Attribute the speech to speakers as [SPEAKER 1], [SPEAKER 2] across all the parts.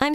[SPEAKER 1] I'm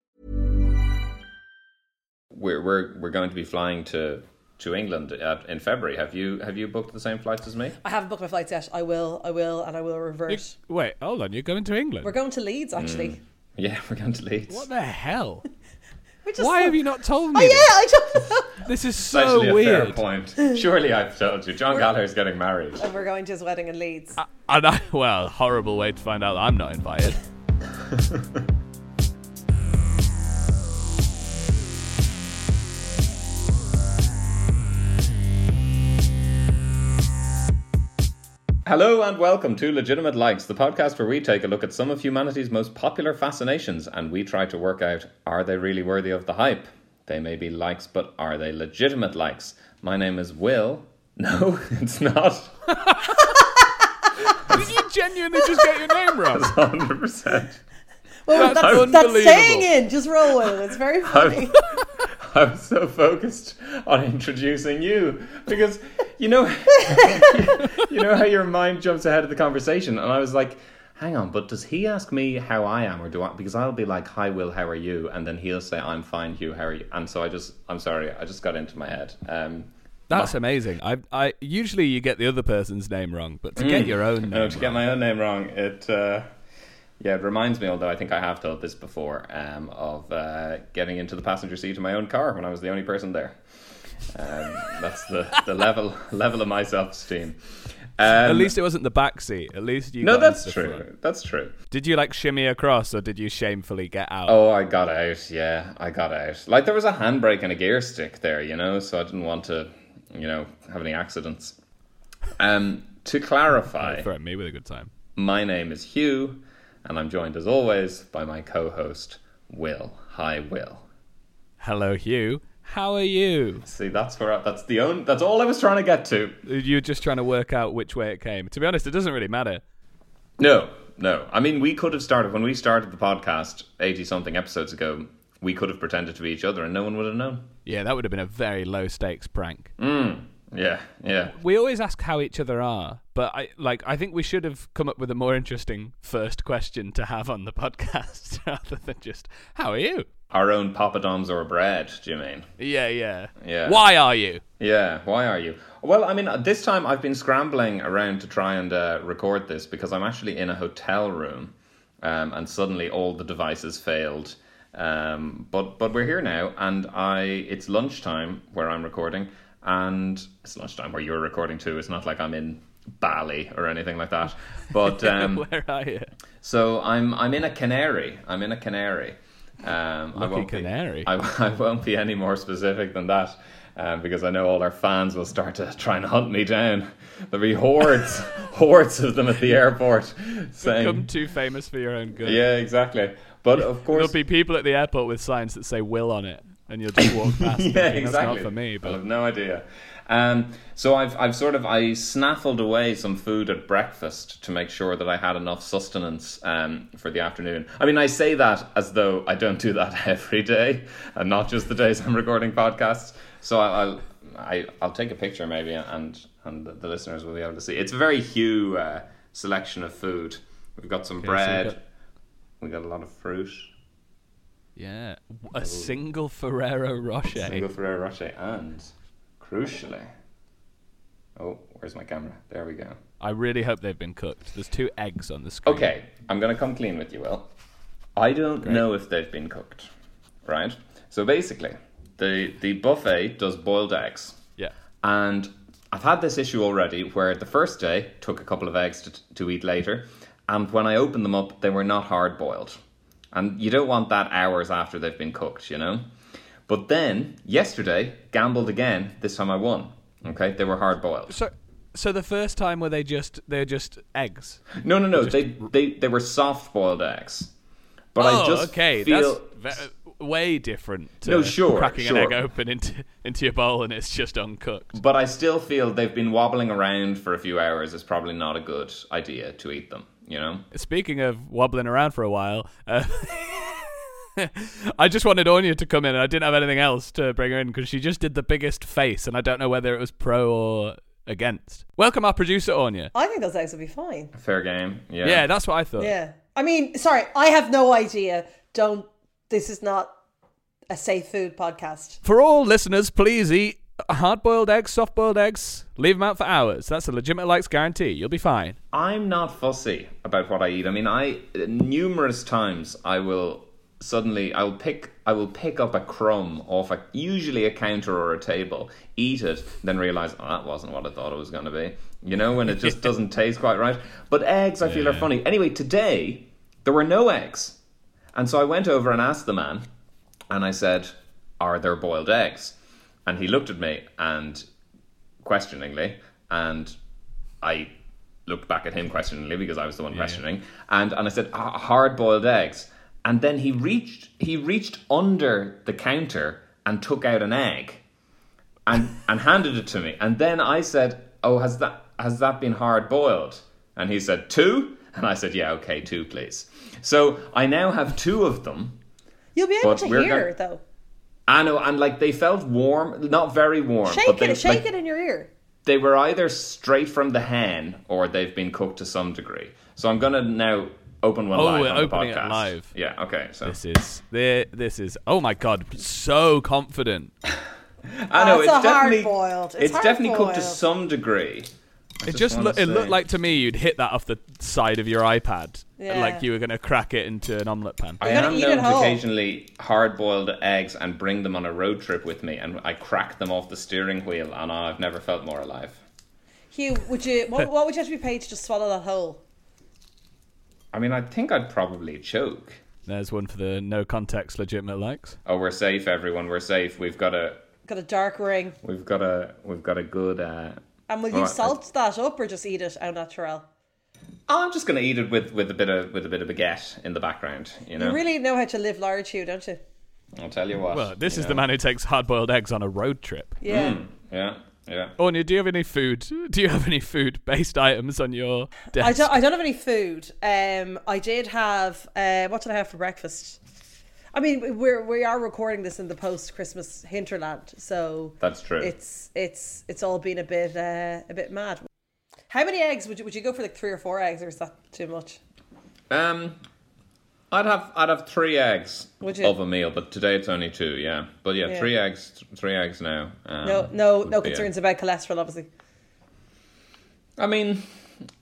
[SPEAKER 2] we're we're we're going to be flying to to England at, in February. Have you have you booked the same flights as me?
[SPEAKER 3] I haven't booked my flights yet. I will, I will, and I will revert.
[SPEAKER 4] Wait, hold on. You're going to England? Mm.
[SPEAKER 3] We're going to Leeds, actually.
[SPEAKER 2] Yeah, we're going to Leeds.
[SPEAKER 4] What the hell?
[SPEAKER 3] We're just
[SPEAKER 4] Why
[SPEAKER 3] so-
[SPEAKER 4] have you not told
[SPEAKER 3] Oh,
[SPEAKER 4] me?
[SPEAKER 3] yeah,
[SPEAKER 4] this?
[SPEAKER 3] I don't know.
[SPEAKER 4] This is
[SPEAKER 2] That's
[SPEAKER 4] so
[SPEAKER 2] actually a fair
[SPEAKER 4] weird.
[SPEAKER 2] point. Surely I've told you. John Gallagher's getting married.
[SPEAKER 3] And we're going to his wedding in Leeds.
[SPEAKER 4] And I, well, horrible way to find out that I'm not invited.
[SPEAKER 2] Hello and welcome to Legitimate Likes, the podcast where we take a look at some of humanity's most popular fascinations and we try to work out are they really worthy of the hype? They may be likes, but are they legitimate likes? My name is Will. No, it's not.
[SPEAKER 4] Did you genuinely just get your name wrong?
[SPEAKER 2] 100%.
[SPEAKER 3] well,
[SPEAKER 4] that's
[SPEAKER 3] Oh, that's, that's
[SPEAKER 4] unbelievable.
[SPEAKER 3] saying in. Just roll with it. It's very funny.
[SPEAKER 2] I'm so focused on introducing you because you know you know how your mind jumps ahead of the conversation and I was like hang on but does he ask me how I am or do I because I'll be like hi Will how are you and then he'll say I'm fine Hugh how are you and so I just I'm sorry I just got into my head um
[SPEAKER 4] That's amazing. I, I usually you get the other person's name wrong, but to get your own name,
[SPEAKER 2] Mm. no, Oh, to get
[SPEAKER 4] wrong-
[SPEAKER 2] my own name wrong it uh yeah, it reminds me, although I think I have told this before, um, of uh, getting into the passenger seat of my own car when I was the only person there. Um, that's the, the level level of my self esteem.
[SPEAKER 4] at least it wasn't the back seat. At least you.
[SPEAKER 2] No,
[SPEAKER 4] got into
[SPEAKER 2] that's
[SPEAKER 4] the
[SPEAKER 2] true.
[SPEAKER 4] front.
[SPEAKER 2] That's true.
[SPEAKER 4] Did you like shimmy across, or did you shamefully get out?
[SPEAKER 2] Oh, I got out. Yeah, I got out. Like there was a handbrake and a gear stick there, you know, so I didn't want to, you know, have any accidents. Um, to clarify,
[SPEAKER 4] Threatened me with a good time.
[SPEAKER 2] my name is Hugh, and I'm joined as always by my co-host Will. Hi, Will.
[SPEAKER 4] Hello, Hugh. How are you?
[SPEAKER 2] See, that's where I, that's the own that's all I was trying to get to.
[SPEAKER 4] You're just trying to work out which way it came. To be honest, it doesn't really matter.
[SPEAKER 2] No, no. I mean, we could have started when we started the podcast eighty something episodes ago. We could have pretended to be each other, and no one would have known.
[SPEAKER 4] Yeah, that would have been a very low stakes prank.
[SPEAKER 2] Hmm, Yeah, yeah.
[SPEAKER 4] We always ask how each other are, but I like I think we should have come up with a more interesting first question to have on the podcast rather than just how are you?
[SPEAKER 2] our own poppadoms or bread. Do you mean?
[SPEAKER 4] Yeah, yeah.
[SPEAKER 2] Yeah.
[SPEAKER 4] Why are you?
[SPEAKER 2] Yeah. Why are you? Well, I mean, uh, this time I've been scrambling around to try and uh, record this because I'm actually in a hotel room, um, and suddenly all the devices failed. Um, but but we're here now, and I it's lunchtime where I'm recording, and it's lunchtime where you're recording too. It's not like I'm in Bali or anything like that. But um,
[SPEAKER 4] Where are you?
[SPEAKER 2] So I'm I'm in a canary. I'm in a canary. Um, I
[SPEAKER 4] Lucky
[SPEAKER 2] won't
[SPEAKER 4] canary.
[SPEAKER 2] Be, I, I won't be any more specific than that, um, because I know all our fans will start to try and hunt me down. There'll be hordes, hordes of them at the airport,
[SPEAKER 4] Become
[SPEAKER 2] saying,
[SPEAKER 4] too famous for your own good.
[SPEAKER 2] "Yeah, exactly." But of course,
[SPEAKER 4] There'll be people at the airport with signs that say Will on it. and you'll just walk past.
[SPEAKER 2] yeah,
[SPEAKER 4] thinking,
[SPEAKER 2] exactly.
[SPEAKER 4] That's not for me,
[SPEAKER 2] I
[SPEAKER 4] but
[SPEAKER 2] have no idea. Um, so I've I've sort of I snaffled away some food at breakfast to make sure that I had enough sustenance um, for the afternoon. I mean, I say that as though I don't do that every day, and not just the days I'm recording podcasts. So I, I'll I, I'll take a picture maybe, and and the listeners will be able to see. It's a very huge uh, selection of food. We've got some
[SPEAKER 4] so we've
[SPEAKER 2] bread.
[SPEAKER 4] got-
[SPEAKER 2] we got a lot of fruit.
[SPEAKER 4] yeah, a single Ferrero Rocher.
[SPEAKER 2] Single Ferrero Rocher and crucially. Oh, where's my camera? There we go.
[SPEAKER 4] I really hope they've been cooked. There's two eggs on the screen.
[SPEAKER 2] Okay, I'm gonna come clean with you, Will. I don't know if they've been cooked. Right? So basically, the the buffet does boiled eggs.
[SPEAKER 4] Yeah.
[SPEAKER 2] And I've had this issue already where the first day took a couple of eggs to, to eat later, and when I opened them up, they were not hard boiled. And you don't want that hours after they've been cooked, you know? But then, yesterday, gambled again. This time I won. Okay, they were hard boiled.
[SPEAKER 4] So, so the first time were they just they're just eggs?
[SPEAKER 2] No, no, no. They, they, they were soft boiled eggs. But
[SPEAKER 4] oh,
[SPEAKER 2] I just
[SPEAKER 4] okay.
[SPEAKER 2] feel.
[SPEAKER 4] That's ve- way different. To
[SPEAKER 2] No, sure,
[SPEAKER 4] Cracking
[SPEAKER 2] sure.
[SPEAKER 4] an egg open into into your bowl and it's just uncooked.
[SPEAKER 2] But I still feel they've been wobbling around for a few hours is probably not a good idea to eat them, you know?
[SPEAKER 4] Speaking of wobbling around for a while, uh, I just wanted Anya to come in, and I didn't have anything else to bring her in because she just did the biggest face, and I don't know whether it was pro or against. Welcome our producer Anya.
[SPEAKER 3] I think those eggs will be fine.
[SPEAKER 2] Fair game. Yeah.
[SPEAKER 4] Yeah, that's what I thought.
[SPEAKER 3] Yeah. I mean, sorry, I have no idea. Don't. This is not a safe food podcast.
[SPEAKER 4] For all listeners, please eat hard-boiled eggs, soft-boiled eggs. Leave them out for hours. That's a legitimate likes guarantee. You'll be fine.
[SPEAKER 2] I'm not fussy about what I eat. I mean, I numerous times I will suddenly I'll pick I will pick up a crumb off a usually a counter or a table, eat it, then realize oh, that wasn't what I thought it was going to be. You know, when it just doesn't taste quite right. But eggs, I feel are funny. Anyway, today there were no eggs, and so I went over and asked the man, and I said, "Are there boiled eggs?" And he looked at me and questioningly, and I looked back at him questioningly because I was the one questioning, and and I said hard boiled eggs, and then he reached he reached under the counter and took out an egg, and and handed it to me, and then I said, oh has that has that been hard boiled? And he said two, and I said yeah okay two please. So I now have two of them.
[SPEAKER 3] You'll be able
[SPEAKER 2] But
[SPEAKER 3] to
[SPEAKER 2] we're
[SPEAKER 3] hear,
[SPEAKER 2] gonna-
[SPEAKER 3] though.
[SPEAKER 2] I know, and like they felt warm, not very warm.
[SPEAKER 3] Shake
[SPEAKER 2] but they,
[SPEAKER 3] it, shake
[SPEAKER 2] like,
[SPEAKER 3] it in your ear.
[SPEAKER 2] they were either straight from the hen or they've been cooked to some degree. So I'm gonna now open one
[SPEAKER 4] Oh,
[SPEAKER 2] live
[SPEAKER 4] we're
[SPEAKER 2] on the
[SPEAKER 4] opening it
[SPEAKER 2] podcast.
[SPEAKER 4] live.
[SPEAKER 2] Yeah. Okay. So
[SPEAKER 4] This is thi- this is oh my god, so confident.
[SPEAKER 2] I know
[SPEAKER 3] Oh, it's
[SPEAKER 2] it's,
[SPEAKER 3] a
[SPEAKER 2] definitely
[SPEAKER 3] hard-boiled. It's
[SPEAKER 2] It's, definitely cooked to
[SPEAKER 3] hard-boiled.
[SPEAKER 2] some degree. I
[SPEAKER 4] It just
[SPEAKER 2] wanna
[SPEAKER 4] loo-
[SPEAKER 2] say-
[SPEAKER 4] it looked like to me you'd hit that off the side of your iPad,
[SPEAKER 3] Yeah.
[SPEAKER 4] like you were gonna crack it into an omelette pan.
[SPEAKER 2] I
[SPEAKER 3] gotta
[SPEAKER 2] am
[SPEAKER 3] eat it
[SPEAKER 2] known to
[SPEAKER 3] whole.
[SPEAKER 2] occasionally hard boiled eggs and bring them on a road trip with me, and I crack them off the steering wheel, and I've never felt more alive.
[SPEAKER 3] Hugh, would you? What, what would you have to be paid to just swallow that whole?
[SPEAKER 2] I mean, I think I'd probably choke.
[SPEAKER 4] There's one for the no context legitimate likes.
[SPEAKER 2] Oh, we're safe, everyone. We're safe. We've got a,
[SPEAKER 3] Got a dark ring.
[SPEAKER 2] we've got a, we've got a good. Uh,
[SPEAKER 3] And will you
[SPEAKER 2] Alright, I-
[SPEAKER 3] salt that up or just eat it au naturel?
[SPEAKER 2] Oh, I'm just gonna eat it with, with a bit of with a bit of baguette in the background. You know.
[SPEAKER 3] You really know how to live large, Hugh, don't you?
[SPEAKER 2] I'll tell you what.
[SPEAKER 4] Well, this
[SPEAKER 2] you
[SPEAKER 4] is the
[SPEAKER 2] know.
[SPEAKER 4] man who takes hard-boiled eggs on a road trip.
[SPEAKER 3] Yeah.
[SPEAKER 2] Mm. Yeah, yeah.
[SPEAKER 4] Ornia, do you have any food? Do you have any food-based items on your desk?
[SPEAKER 3] I don't. I don't have any food. Um, I did have. Uh, what did I have for breakfast? I mean, we're we are recording this in the post Christmas hinterland, so
[SPEAKER 2] That's true.
[SPEAKER 3] It's it's it's all been a bit uh, a bit mad. How many eggs would you would you go for? Like three or four eggs, or is that too much?
[SPEAKER 2] Um, I'd have I'd have three eggs
[SPEAKER 3] Would you?
[SPEAKER 2] of a meal, but today it's only two. Yeah, but yeah,
[SPEAKER 3] Yeah.
[SPEAKER 2] three eggs, th- three eggs now. Um,
[SPEAKER 3] No, no,
[SPEAKER 2] would
[SPEAKER 3] no
[SPEAKER 2] be it.
[SPEAKER 3] concerns about cholesterol, obviously.
[SPEAKER 2] I mean,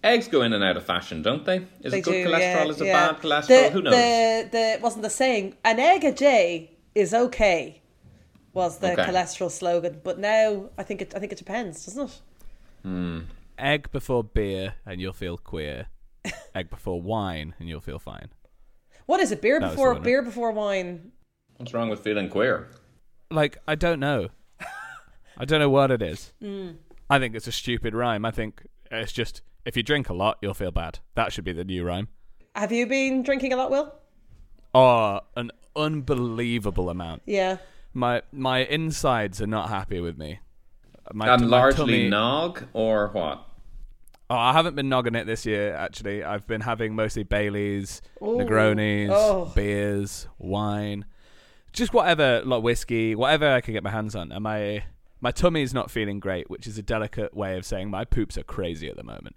[SPEAKER 2] eggs go in and out of fashion, don't they? Is
[SPEAKER 3] They
[SPEAKER 2] it good
[SPEAKER 3] do,
[SPEAKER 2] cholesterol?
[SPEAKER 3] yeah,
[SPEAKER 2] is it
[SPEAKER 3] yeah.
[SPEAKER 2] bad cholesterol?
[SPEAKER 3] The,
[SPEAKER 2] Who knows?
[SPEAKER 3] The, the wasn't the saying an egg a day is okay was the
[SPEAKER 2] Okay.
[SPEAKER 3] cholesterol slogan, but now I think it I think it depends, doesn't it?
[SPEAKER 4] Egg before beer, and you'll feel queer. Egg before wine, and you'll feel fine.
[SPEAKER 3] What is it? Beer
[SPEAKER 4] That was the
[SPEAKER 3] before
[SPEAKER 4] one,
[SPEAKER 3] beer before wine.
[SPEAKER 2] What's wrong with feeling queer?
[SPEAKER 4] Like I don't know. I don't know what it is.
[SPEAKER 3] Mm.
[SPEAKER 4] I think it's a stupid rhyme. I think it's just if you drink a lot, you'll feel bad. That should be the new rhyme.
[SPEAKER 3] Have you been drinking a lot, Will?
[SPEAKER 4] Oh, an unbelievable amount.
[SPEAKER 3] Yeah.
[SPEAKER 4] my my insides are not happy with me. My,
[SPEAKER 2] And
[SPEAKER 4] my
[SPEAKER 2] largely
[SPEAKER 4] tummy-
[SPEAKER 2] nog or what?
[SPEAKER 4] Oh, I haven't been nogging it this year. Actually, I've been having mostly Baileys, Negronis,
[SPEAKER 3] Oh.
[SPEAKER 4] beers, wine, just whatever, like whiskey, whatever I can get my hands on. And my my tummy's not feeling great, which is a delicate way of saying my poops are crazy at the moment.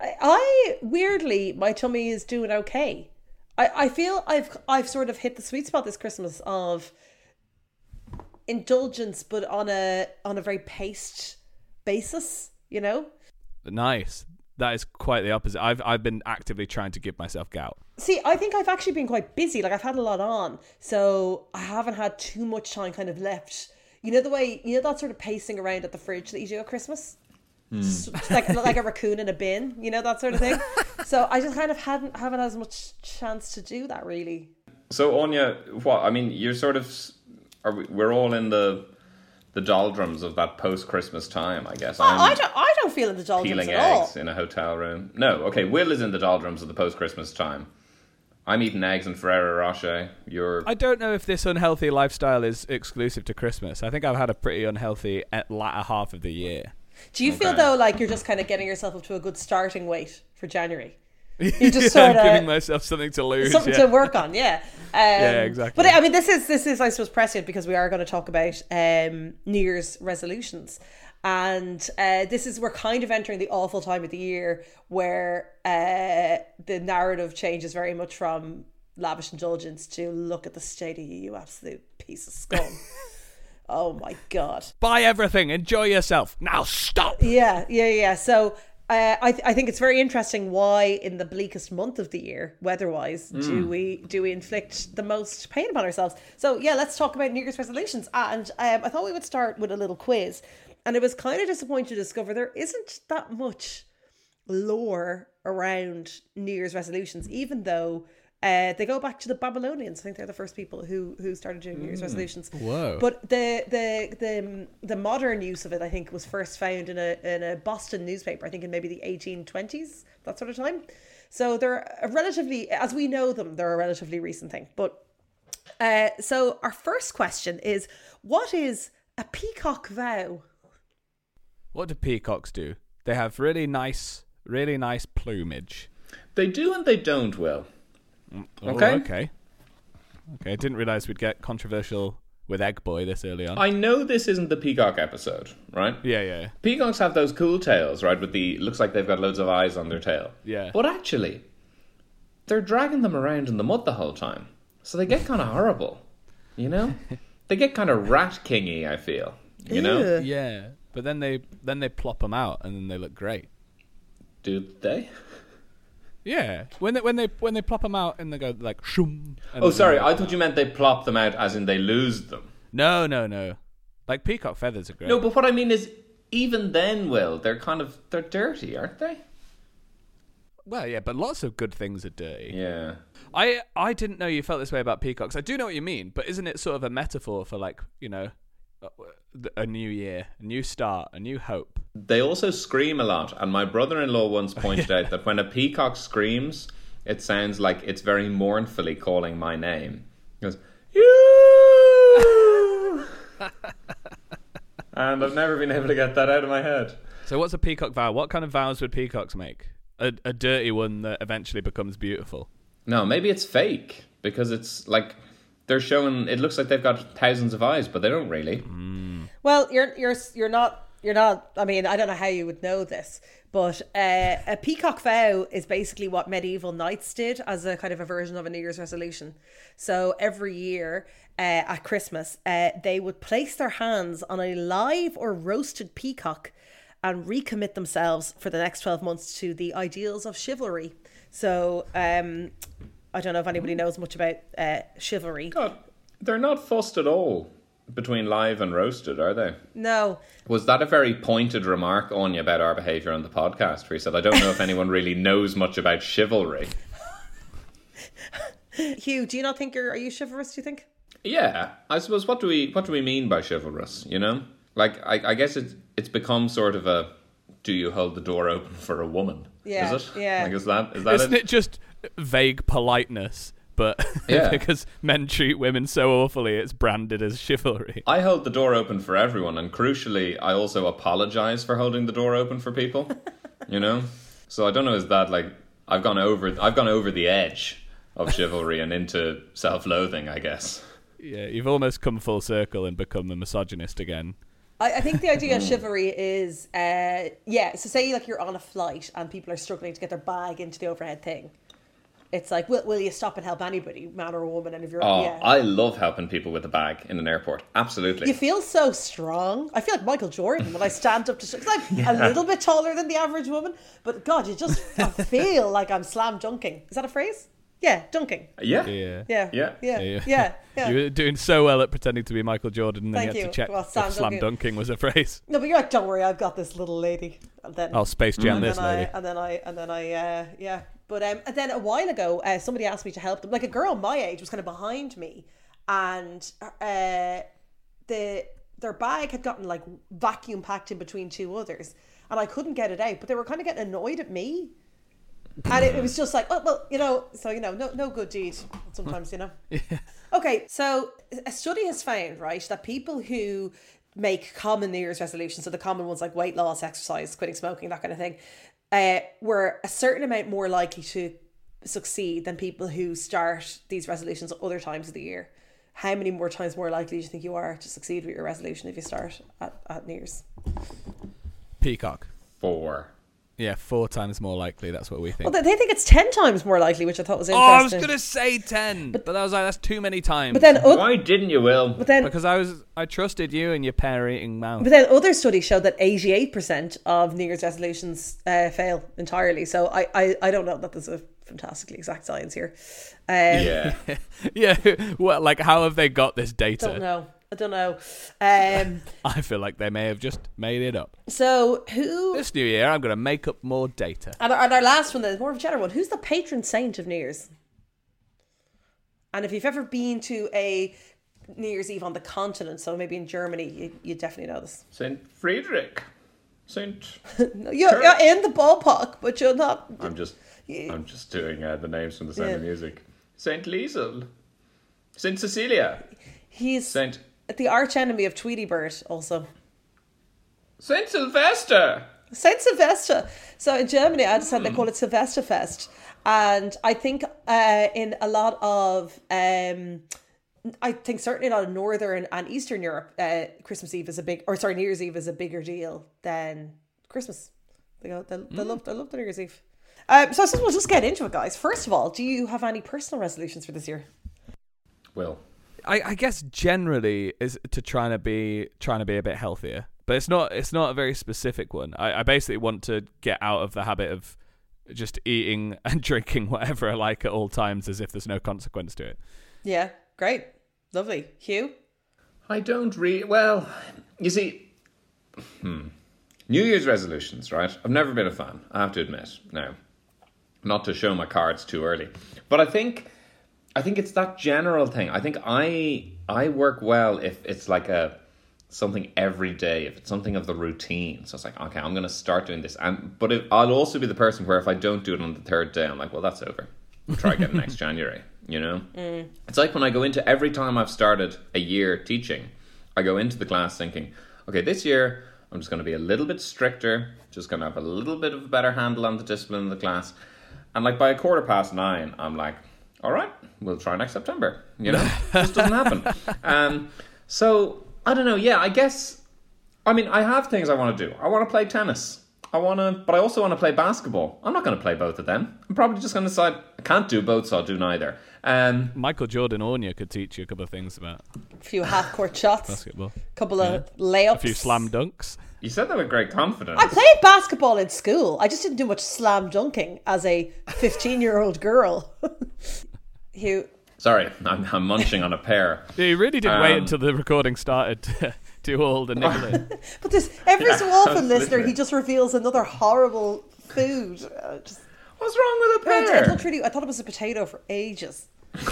[SPEAKER 3] I, I weirdly, my tummy is doing okay. I, I feel I've I've sort of hit the sweet spot this Christmas of indulgence, but on a on a very paced basis. You know,
[SPEAKER 4] Nice. That is quite the opposite. I've I've been actively trying to give myself gout.
[SPEAKER 3] See, I think I've actually been quite busy. Like I've had a lot on, so I haven't had too much time kind of left. You know the way you know that sort of pacing around at the fridge that you do at Christmas, S- like like a raccoon in a bin. You know that sort of thing. so I just kind of hadn't haven't had as much chance to do that really.
[SPEAKER 2] So Anya, what I mean, you're sort of s- are we, we're all in the the doldrums of that post Christmas time, I guess. I'm
[SPEAKER 3] I, I don't I don't feel in the doldrums
[SPEAKER 2] peeling
[SPEAKER 3] at all.
[SPEAKER 2] eggs in a hotel room. No, okay, Will is in the doldrums of the post Christmas time. I'm eating eggs and Ferrero Rocher. You're
[SPEAKER 4] I don't know if this unhealthy lifestyle is exclusive to Christmas. I think I've had a pretty unhealthy eh, latter half of the year.
[SPEAKER 3] Do you feel
[SPEAKER 2] Okay.
[SPEAKER 3] though like you're just kind of getting yourself up to a good starting weight for January? You
[SPEAKER 4] Yeah,
[SPEAKER 3] just
[SPEAKER 4] I'm
[SPEAKER 3] sort of
[SPEAKER 4] giving myself something to lose.
[SPEAKER 3] something
[SPEAKER 4] yeah.
[SPEAKER 3] to work on. Yeah. Um, yeah,
[SPEAKER 4] exactly.
[SPEAKER 3] But um, I mean, this is this is I suppose prescient because we are going to talk about um, New Year's resolutions, and uh, this is we're kind of entering the awful time of the year where uh, the narrative changes very much from lavish indulgence to look at the state of you, you absolute piece of scum. oh my god.
[SPEAKER 4] Buy everything. Enjoy yourself. Now stop.
[SPEAKER 3] Yeah, yeah, yeah. So uh, I, th- I think it's very interesting why, in the bleakest month of the year, weather-wise, do we do we inflict the most pain upon ourselves? So yeah, let's talk about New Year's resolutions. And um, I thought we would start with a little quiz. And I was kind of disappointed to discover there isn't that much lore around New Year's resolutions, even though. Uh, they go back to the Babylonians. I think they're the first people who who started doing New Year's resolutions. Whoa! But the the the the modern use of it, I think, was first found in a in a Boston newspaper. I think in maybe the 1820s, that sort of time. So they're a relatively, as we know them, they're a relatively recent thing. But uh, so our first question is, what is a peacock vow?
[SPEAKER 4] What do peacocks do? They have really nice, really nice plumage.
[SPEAKER 2] they do and they don't. Will
[SPEAKER 4] Oh,
[SPEAKER 2] Okay.
[SPEAKER 4] okay. Okay. I didn't realize we'd get controversial with Egg Boy this early on.
[SPEAKER 2] I know this isn't the peacock episode, right?
[SPEAKER 4] yeah, yeah.
[SPEAKER 2] Peacocks have those cool tails, right? With the looks like they've got loads of eyes on their tail.
[SPEAKER 4] Yeah.
[SPEAKER 2] But actually, they're dragging them around in the mud the whole time, so they get kind of horrible. You know, they get kind of rat kingy. I feel. You know,
[SPEAKER 3] Ew.
[SPEAKER 4] Yeah. But then they then they plop them out and then they look great.
[SPEAKER 2] do they?
[SPEAKER 4] Yeah. When they when they when they plop them out and they go like shoom. and
[SPEAKER 2] Oh,
[SPEAKER 4] then-
[SPEAKER 2] sorry. I thought you meant they plop them out, as in they lose them.
[SPEAKER 4] No, no, no. Like peacock feathers are great.
[SPEAKER 2] No, but what I mean is, even then, Will, they're kind of they're dirty, aren't they?
[SPEAKER 4] well, yeah, but lots of good things are dirty.
[SPEAKER 2] Yeah.
[SPEAKER 4] I I didn't know you felt this way about peacocks. I do know what you mean, but isn't it sort of a metaphor for like you know a- a new year, a new start, a new hope?
[SPEAKER 2] They also scream a lot, and my brother-in-law once pointed out that when a peacock screams, it sounds like it's very mournfully calling my name. He goes, "You." and I've never been able to get that out of my head.
[SPEAKER 4] So what's a peacock vow? What kind of vows would peacocks make? A, a dirty one that eventually becomes beautiful.
[SPEAKER 2] No, maybe it's fake because it's like they're showing. It looks like they've got thousands of eyes, but they don't really.
[SPEAKER 3] Well, you're you're you're not you're not. I mean, I don't know how you would know this, but uh, a peacock vow is basically what medieval knights did as a kind of a version of a New Year's resolution. So every year uh, at Christmas, uh, they would place their hands on a live or roasted peacock and recommit themselves for the next twelve months to the ideals of chivalry. So. Um, I don't know if anybody knows much about uh, chivalry.
[SPEAKER 2] God, they're not fussed at all between live and roasted, are they?
[SPEAKER 3] No,
[SPEAKER 2] Was that a very pointed remark, Anya, about our behaviour on the podcast? Where you said, I don't know if anyone really knows much about chivalry.
[SPEAKER 3] Hugh, do you not think you're are you chivalrous? Do you think?
[SPEAKER 2] Yeah, I suppose. What do we what do we mean by chivalrous? You know, like I, I guess it's it's become sort of a do you hold the door open for a woman?
[SPEAKER 3] Yeah,
[SPEAKER 2] is it?
[SPEAKER 3] yeah.
[SPEAKER 2] Like is that is that
[SPEAKER 4] Isn't
[SPEAKER 2] it?
[SPEAKER 4] it just vague politeness? but
[SPEAKER 2] Yeah.
[SPEAKER 4] because men treat women so awfully, it's branded as chivalry.
[SPEAKER 2] I hold the door open for everyone, and crucially, I also apologize for holding the door open for people. you know, so I don't know is that like I've gone over I've gone over the edge of chivalry and into self-loathing, I guess.
[SPEAKER 4] Yeah, you've almost come full circle and become a misogynist again.
[SPEAKER 3] I, I think the idea of chivalry is, uh, yeah. So say like you're on a flight and people are struggling to get their bag into the overhead thing. It's like, will, will you stop and help anybody, man or woman? And if you're,
[SPEAKER 2] Oh,
[SPEAKER 3] yeah,
[SPEAKER 2] I love helping people with a bag in an airport. Absolutely.
[SPEAKER 3] you feel so strong. I feel like Michael Jordan when I stand up to because I'm a little bit taller than the average woman. But God, you just I feel like I'm slam dunking. Is that a phrase? Yeah, dunking.
[SPEAKER 2] yeah.
[SPEAKER 4] Yeah.
[SPEAKER 3] Yeah,
[SPEAKER 2] Yeah.
[SPEAKER 3] yeah,
[SPEAKER 4] Yeah.
[SPEAKER 3] yeah. yeah,
[SPEAKER 4] You were doing so well at pretending to be Michael Jordan, and then
[SPEAKER 3] Thank
[SPEAKER 4] you had
[SPEAKER 3] you.
[SPEAKER 4] to check
[SPEAKER 3] Well,
[SPEAKER 4] if
[SPEAKER 3] Sam
[SPEAKER 4] slam
[SPEAKER 3] Duncan.
[SPEAKER 4] dunking was a phrase.
[SPEAKER 3] No, but you're like, don't worry, I've got this little lady. And then
[SPEAKER 4] I'll space jam
[SPEAKER 3] and
[SPEAKER 4] this
[SPEAKER 3] then
[SPEAKER 4] lady.
[SPEAKER 3] I, and then I and then I uh, yeah. But um, and then a while ago, uh, somebody asked me to help them. Like a girl my age was kind of behind me, and uh, the their bag had gotten like vacuum packed in between two others, and I couldn't get it out. But they were kind of getting annoyed at me, and it, it was just like, oh well, you know. So you know, no no good deed sometimes, you know. Okay, so a study has found, right, that people who make common New Year's resolutions, so the common ones like weight loss, exercise, quitting smoking, that kind of thing, uh, were a certain amount more likely to succeed than people who start these resolutions at other times of the year. How many more times more likely do you think you are to succeed with your resolution if you start at, at New Year's?
[SPEAKER 4] Peacock.
[SPEAKER 2] Four.
[SPEAKER 4] Yeah, four times more likely. That's what we think.
[SPEAKER 3] Well, they they think it's 10 times more likely, which I thought was
[SPEAKER 4] oh,
[SPEAKER 3] interesting.
[SPEAKER 4] I was gonna say ten, but, I was like, that's too many times.
[SPEAKER 3] But then, oth-
[SPEAKER 2] Why didn't you, Will?
[SPEAKER 3] but then
[SPEAKER 4] because I was, I trusted you and your pear-eating mouth.
[SPEAKER 3] But then other studies show that 88% of New Year's resolutions uh, fail entirely. So I, I, I don't know that there's a fantastically exact science here. Um,
[SPEAKER 2] yeah.
[SPEAKER 4] yeah, well, like how have they got this
[SPEAKER 3] I don't
[SPEAKER 4] data?
[SPEAKER 3] know. I don't know. Um,
[SPEAKER 4] I feel like they may have just made it up.
[SPEAKER 3] so who,
[SPEAKER 4] This new year, I'm gonna make up more data.
[SPEAKER 3] and our, and our last one, is more of a general one, who's the patron saint of New Year's? And if you've ever been to a New Year's Eve on the continent, so maybe in Germany, you, you definitely know this.
[SPEAKER 2] Saint Friedrich. Saint.
[SPEAKER 3] No, You're, you're in the ballpark, but you're not.
[SPEAKER 2] I'm just. I'm just doing uh, the names from the Sound of
[SPEAKER 3] Yeah.
[SPEAKER 2] Music. Saint Liesel. Saint Cecilia.
[SPEAKER 3] He's
[SPEAKER 2] Saint.
[SPEAKER 3] the archenemy of Tweety Bird, also.
[SPEAKER 2] Saint Sylvester.
[SPEAKER 3] Saint Sylvester. So in Germany, I understand they call it Sylvesterfest, and I think uh, in a lot of, um, I think certainly a lot of northern and eastern Europe, uh, Christmas Eve is a big, or sorry, New Year's Eve is a bigger deal than Christmas. They go, they, they love, they love the New Year's Eve. Um, so I suppose we'll just get into it, guys. First of all, do you have any personal resolutions for this year?
[SPEAKER 2] Will.
[SPEAKER 4] I, I guess generally is to trying to be trying to be a bit healthier, but it's not it's not a very specific one. I, I basically want to get out of the habit of just eating and drinking whatever I like at all times, as if there's no consequence to it.
[SPEAKER 3] Yeah, great, lovely, Hugh.
[SPEAKER 2] I don't re well. You see, hmm. New Year's resolutions, right? I've never been a fan. I have to admit. No, not to show my cards too early, but I think, I think it's that general thing. I think I I work well if it's like a something every day. If it's something of the routine, so it's like okay, I'm going to start doing this. And but if, I'll also be the person where if I don't do it on the third day, I'm like, well, that's over. I'll try again next January. You know. It's like when I go into every time I've started a year teaching, I go into the class thinking, okay, this year I'm just going to be a little bit stricter, just going to have a little bit of a better handle on the discipline of the class. And like by a quarter past nine, I'm like, all right, we'll try next September. You know, just doesn't happen. Um, so I don't know. Yeah, I guess. I mean, I have things I want to do. I want to play tennis. I want to, but I also want to play basketball. I'm not going to play both of them. I'm probably just going to decide I can't do both, so I'll do neither. Um,
[SPEAKER 4] Michael Jordan Ornia could teach you a couple of things about
[SPEAKER 3] A few half court shots, a
[SPEAKER 4] basketball,
[SPEAKER 3] couple of
[SPEAKER 4] a
[SPEAKER 3] layups,
[SPEAKER 4] few slam dunks.
[SPEAKER 2] You said that with great confidence.
[SPEAKER 3] I played basketball in school. I just didn't do much slam dunking as a 15 year old girl. Hugh,
[SPEAKER 2] Sorry, I'm, I'm munching on a pear.
[SPEAKER 4] Yeah, you really did wait
[SPEAKER 2] Um,
[SPEAKER 4] until the recording started to do all the nibbling.
[SPEAKER 3] but there's every so often, listener,
[SPEAKER 2] literally.
[SPEAKER 3] he just reveals another horrible food. Uh, just,
[SPEAKER 2] What's wrong with a
[SPEAKER 3] I, I
[SPEAKER 2] pear?
[SPEAKER 3] looked really, I thought it was a potato for ages.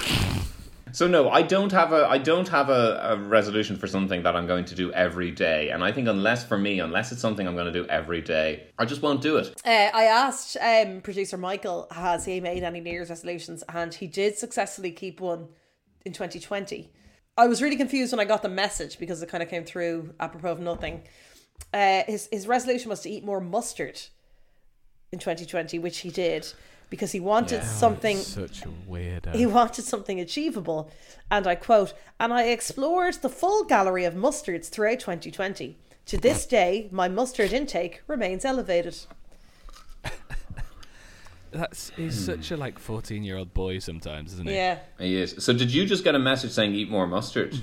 [SPEAKER 2] So no, I don't have a I don't have a, a resolution for something that I'm going to do every day. And I think unless for me, unless it's something I'm going to do every day, I just won't do it.
[SPEAKER 3] Uh, I asked um, producer Michael, has he made any New Year's resolutions? And he did successfully keep one in 2020. I was really confused when I got the message because it kind of came through apropos of nothing. Uh, his, his resolution was to eat more mustard in 2020, which he did because he wanted something
[SPEAKER 4] Such a weirdo.
[SPEAKER 3] he wanted something achievable, and I quote, and I explored the full gallery of mustards throughout 2020. To this day, my mustard intake remains elevated.
[SPEAKER 4] That's he's such a like fourteen year old boy sometimes, isn't he?
[SPEAKER 3] Yeah.
[SPEAKER 2] Yes. So did you just get a message saying eat more mustard?